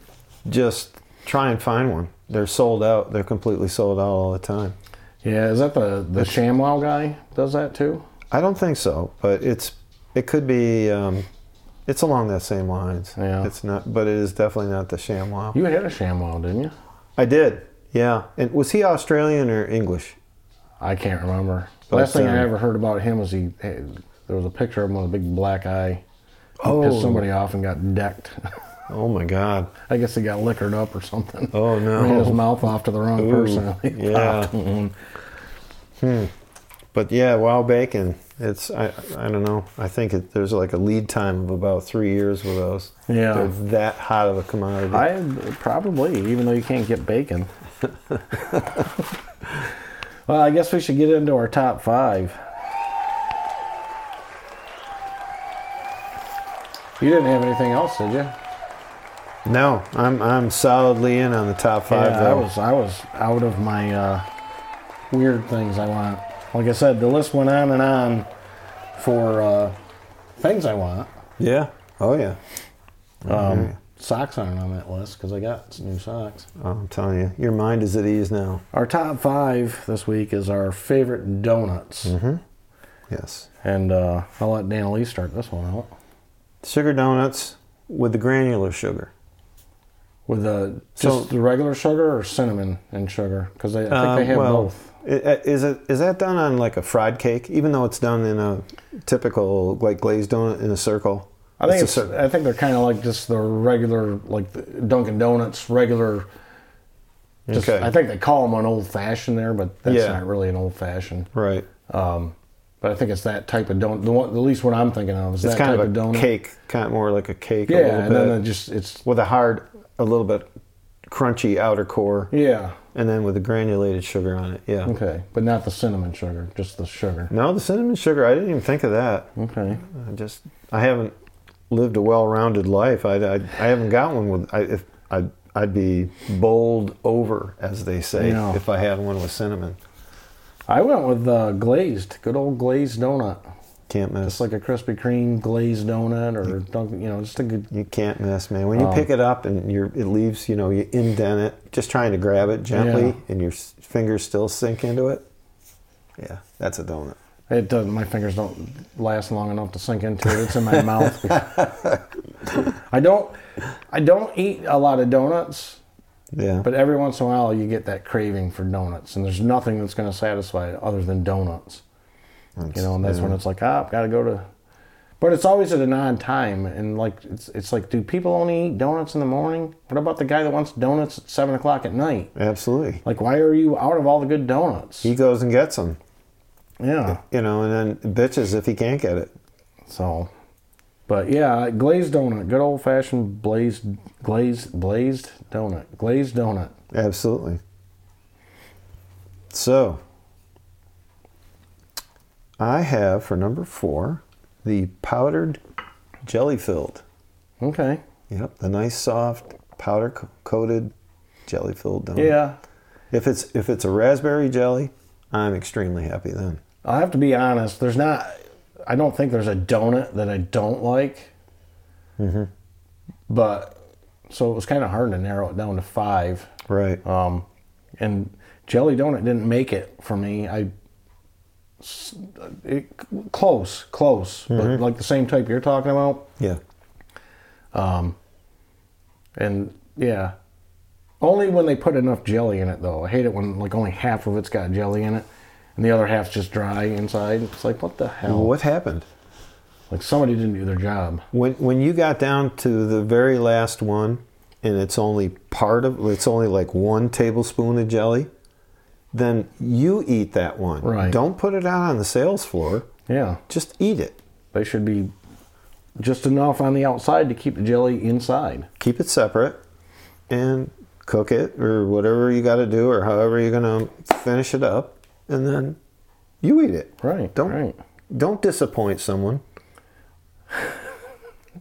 just try and find one. They're sold out. They're completely sold out all the time. yeah, is that the the ShamWow guy does that too? I don't think so, but it's it could be. Um, it's along that same lines. Yeah. It's not, but it is definitely not the ShamWow. You had a ShamWow, didn't you? I did. Yeah. And was he Australian or English? I can't remember. But, Last thing um, I ever heard about him was he. eh, There was a picture of him with a big black eye. He pissed somebody off and got decked. Oh my God. I guess he got liquored up or something. Oh, no. Ran his mouth off to the wrong person. yeah. Mm. But yeah, wow, bacon. It's I I don't know. I think it, there's like a lead time of about three years with those. Yeah. They're that hot of a commodity. I probably, even though you can't get bacon. well, I guess we should get into our top five. You didn't have anything else, did you? No, I'm I'm solidly in on the top five. yeah, I though. was I was out of my uh, weird things I want. Like I said, the list went on and on for uh, things I want. yeah. Oh yeah. Um, Socks aren't on that list because I got some new socks. Oh, I'm telling you, your mind is at ease now. Our top five this week is our favorite donuts, Yes. and uh, I'll let Dan Lee start this one out Sugar donuts with the granular sugar. with the So- just the regular sugar or cinnamon and sugar because I think Um, they have well, both. i- Is it is that done on like a fried cake? Even though it's done in a typical like glazed donut in a circle. I think a it's, cir- I think they're kind of like just the regular like the Dunkin' Donuts regular. Just, Okay. I think they call them an old fashioned there, but that's Yeah. not really an old fashioned. right. But I think it's that type of donut. The, one, the least one I'm thinking of is It's that kind type of a of, donut. cake, kind of more like a cake. a Yeah, little and bit, then it just it's with a hard, a little bit crunchy outer core, yeah and then with the granulated sugar on it. Yeah. okay, but not the cinnamon sugar, just the sugar. No, the cinnamon sugar. I didn't even think of that. Okay, I just I haven't lived a well-rounded life. I, I, I haven't got one with I if I I'd be bowled over as they say No. if I had one with cinnamon. I went with uh, glazed, good old glazed donut. Can't miss. It's like a Krispy Kreme glazed donut or Mm. Dunkin', you know, just a good. you can't miss, man. Oh. When you pick it up and you're it leaves, you know, you indent it, just trying to grab it gently, Yeah. and your s- fingers still sink into it. Yeah, that's a donut. It doesn't. My fingers don't last long enough to sink into it. It's in my mouth. I don't. I don't eat a lot of donuts, Yeah, but every once in a while you get that craving for donuts, and there's nothing that's going to satisfy it other than donuts. You know, and that's when it's like, ah, I've got to go to. But it's always at an odd time, and like it's it's like, do people only eat donuts in the morning? What about the guy that wants donuts at seven o'clock at night? absolutely. Like, why are you out of all the good donuts? He goes and gets them, yeah. you know, and then bitches if he can't get it. So, but yeah, glazed donut, good old fashioned blazed, glazed, blazed donut, glazed donut. Absolutely. So, I have for number four the powdered jelly filled. Okay. Yep, the nice soft powder co- coated jelly filled donut. Yeah. If it's if it's a raspberry jelly, I'm extremely happy then. I'll have to be honest. There's not. I don't think there's a donut that I don't like. Mm-hmm. But so it was kind of hard to narrow it down to five. Right. Um, and jelly donut didn't make it for me. I s- it, close, close, but like the same type you're talking about. Yeah. And yeah. Only when they put enough jelly in it though. I hate it when like only half of it's got jelly in it and the other half's just dry inside. It's like what the hell? What happened? Like somebody didn't do their job. When when you got down to the very last one, and it's only part of it's only like one tablespoon of jelly, then you eat that one. Right. Don't put it out on the sales floor. Yeah. Just eat it. They should be just enough on the outside to keep the jelly inside. Keep it separate, and cook it or whatever you got to do or however you're gonna finish it up, and then you eat it. Right. Don't right. don't disappoint someone.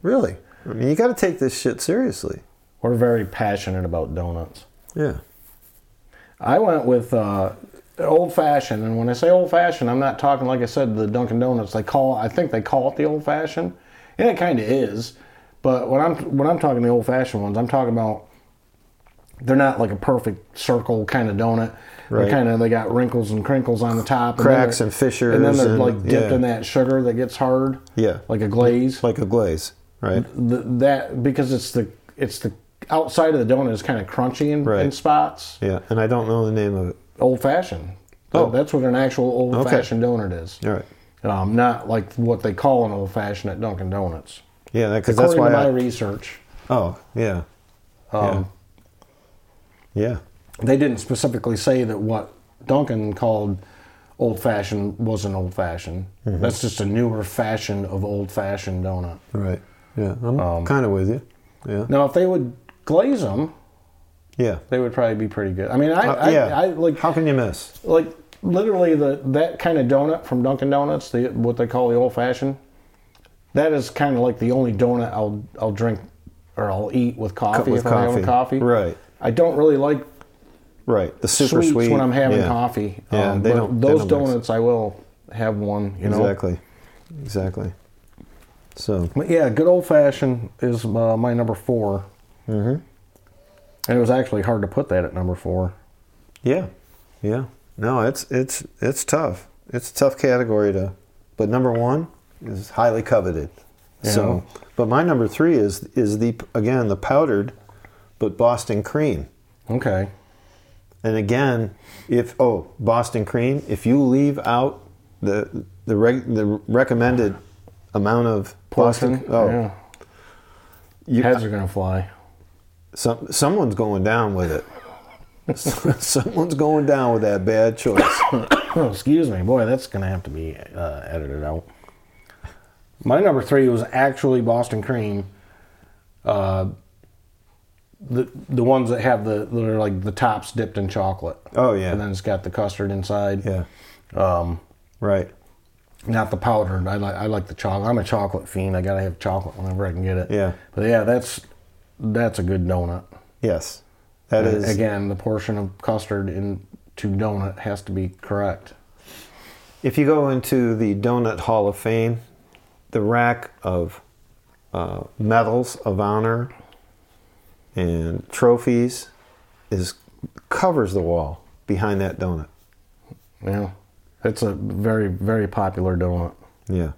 really, I mean, you got to take this shit seriously. We're very passionate about donuts. Yeah. I went with uh, old fashioned, and when I say old fashioned, I'm not talking like I said the Dunkin' Donuts. They call I think they call it the old fashioned, and it kind of is. But when I'm when I'm talking the old fashioned ones, I'm talking about they're not like a perfect circle kind of donut. Right. They're kind of they got wrinkles and crinkles on the top, and then Cracks they're- and fissures and then they're and- like dipped yeah. in that sugar that gets hard. Yeah. like a glaze. like a glaze, right? Th that because it's the it's the outside of the donut is kind of crunchy in, in Right. spots. Yeah, and I don't know the name of it. old fashioned. Oh, Oh. that's what an actual old Okay. fashioned donut is. All right. Um, not like what they call an old fashioned at Dunkin' Donuts. Yeah, because that's According why. to my I, research, oh, yeah. um, yeah. they didn't specifically say that what Dunkin' called old fashioned was an old fashioned. Mm-hmm. That's just a newer fashion of old fashioned donut. Yeah. Right. Yeah, I'm kind of with you. Yeah. Now, if they would glaze them, Yeah. they would probably be pretty good. I mean, I, Uh, I, yeah. I, like How can you miss? like literally the that kind of donut from Dunkin' Donuts, the what they call the old fashioned. that is kind of like the only donut I'll I'll drink or I'll eat with coffee with if I'm having coffee. coffee. Right. I don't really like Right. The super sweets sweet when I'm having yeah. coffee. um, Yeah, they but don't- they those don't mix. donuts I will have one. You know. Exactly. Exactly. So But yeah, good old fashioned is uh, my number 4 Mm-hmm. And it was actually hard to put that at number four. yeah, yeah. No, it's it's it's tough. It's a tough category to, but number one is highly coveted. So, but my number three is is the again the powdered, but Boston cream. Okay. And again, if oh Boston cream, if you leave out the the reg, the recommended amount of Portion. Boston, oh, yeah. you, Heads are gonna fly. Some, someone's going down with it. someone's going down with that bad choice. Oh, excuse me, boy, that's gonna have to be uh, edited out. My number three was actually Boston cream. Uh, the the ones that have the that are like the tops dipped in chocolate. Oh, yeah. and then it's got the custard inside. yeah. Um, Right. not the powdered. I like I like the chocolate. I'm a chocolate fiend. I gotta have chocolate whenever I can get it. Yeah. But yeah, that's that's a good donut. Yes. That is Again, the portion of custard into donut has to be correct. If you go into the Donut Hall of Fame, the rack of uh, medals of honor and trophies is covers the wall behind that donut. Yeah. It's a very very popular donut. Yeah.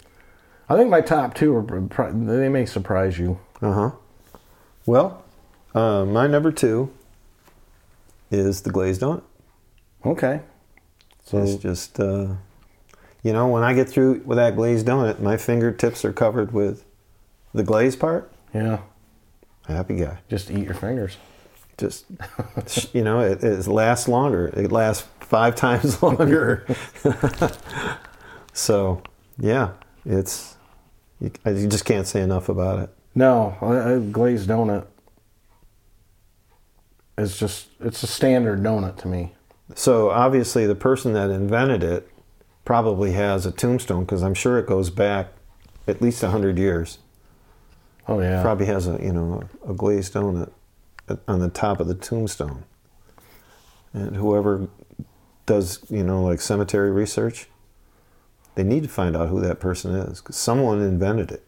I think my top two are pri- they may surprise you. Uh huh. Well, uh, my number two is the glazed donut. Okay. So It's just, uh, you know, when I get through with that glazed donut, my fingertips are covered with the glaze part. yeah, Happy guy. just eat your fingers. Just, you know, it, it lasts longer. It lasts five times longer. so, yeah, it's, you, I- you just can't say enough about it. No, I, I, glazed donut. It's just it's a standard donut to me. So, obviously, the person that invented it probably has a tombstone because I'm sure it goes back at least 100 years. Oh yeah. probably has a you know a glazed donut on the top of the tombstone and whoever does you know like cemetery research they need to find out who that person is 'cause someone invented it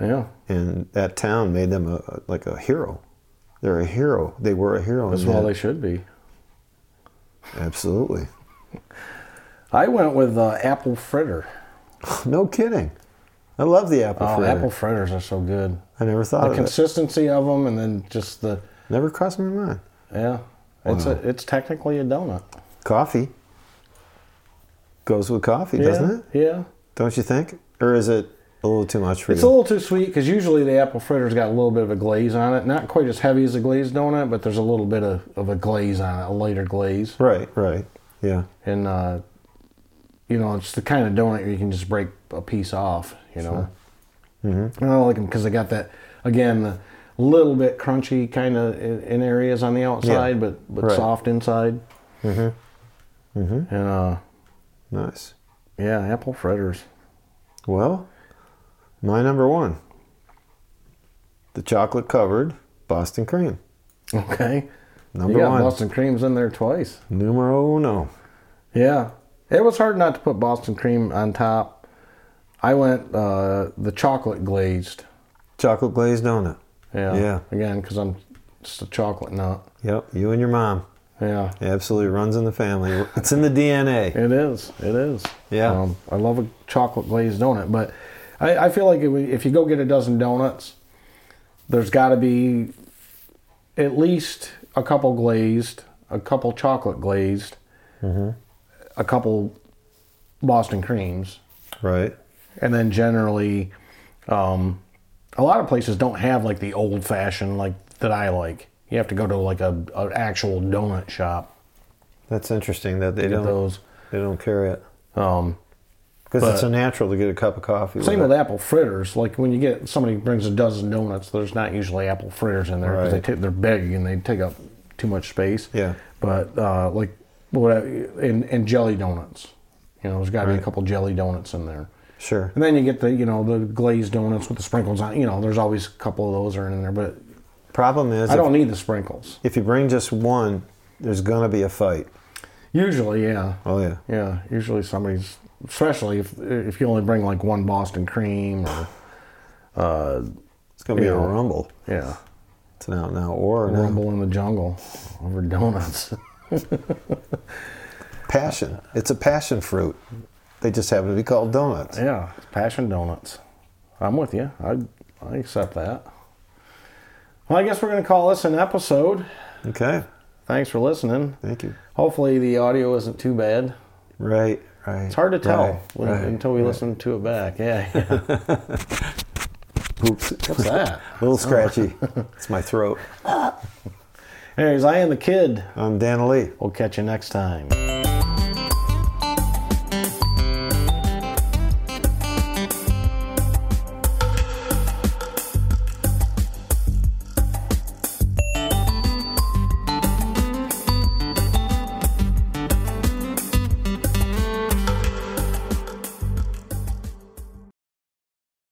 Yeah. and that town made them a, like a hero they're a hero they were a hero in As well that- they should be. absolutely I went with uh, apple fritter. no kidding i love the apple Oh, fritter Uh, apple fritters are so good. i never thought The of it consistency of them, and then just the never crossed my mind yeah. It's a, it's technically a donut, coffee goes with coffee doesn't yeah, it Yeah. Don't you think? Or is it a little too much for It's a you? little too sweet because usually the apple fritter's got a little bit of a glaze on it. Not quite as heavy as a glazed donut, but there's a little bit of, of a glaze on it, a lighter glaze. right, right. Yeah. And, uh, you know, it's the kind of donut where you can just break a piece off, you know. Mm-hmm. And I like them because they got that, again, the little bit crunchy kind of in, in areas on the outside, but, but Right. Mm-hmm. soft inside. Mm hmm. Mm hmm. And, uh, Nice. yeah, apple fritters. Well, my number one the chocolate covered Boston cream. Okay. Number you got one. Boston creams in there twice. Numero uno. Yeah, it was hard not to put Boston cream on top. I went uh, the chocolate glazed. Chocolate glazed donut. Yeah. Yeah. Again, because I'm just a chocolate nut. Yep. You and your mom. Yeah. It absolutely runs in the family. It's in the DNA. It is. It is. Um, Yeah. I love a chocolate glazed donut, but I, I feel like it, would- if you go get a dozen donuts, there's got to be at least a couple glazed, a couple chocolate glazed, Mm-hmm. a couple Boston creams. Right. and then generally um, a lot of places don't have like the old fashioned like that i like you have to go to like a an actual donut shop That's interesting that they to get don't those they don't carry it. um, Because it's But- a natural to get a cup of coffee. same with with it. apple fritters like when you get somebody brings a dozen donuts there's not usually apple fritters in there because Right. they take, they're big and they take up too much space Yeah. but uh, like what I, and, and jelly donuts you know there's got to be a couple jelly donuts in there Sure. And then you get the you know the glazed donuts with the sprinkles on. You know, there's always a couple of those are in there, but Problem is, I if, don't need the sprinkles. if you bring just one, there's gonna be a fight. Usually, yeah, Oh yeah. yeah. Usually somebody's, especially if if you only bring like one Boston cream or It's gonna be a Yeah. rumble. yeah, It's an out now or an rumble in the jungle over donuts. passion. It's a passion fruit. They just happen to be called donuts. yeah, it's passion donuts. I'm with you. I I accept that. Well, I guess we're gonna call this an episode. Okay. Thanks for listening. Thank you. Hopefully the audio isn't too bad. Right. Right. It's hard to tell when- right, until we listen to it back. Yeah. Oops. What's that? a little scratchy. it's my throat. Anyways, I am the kid. I'm Dan Lee. We'll catch you next time.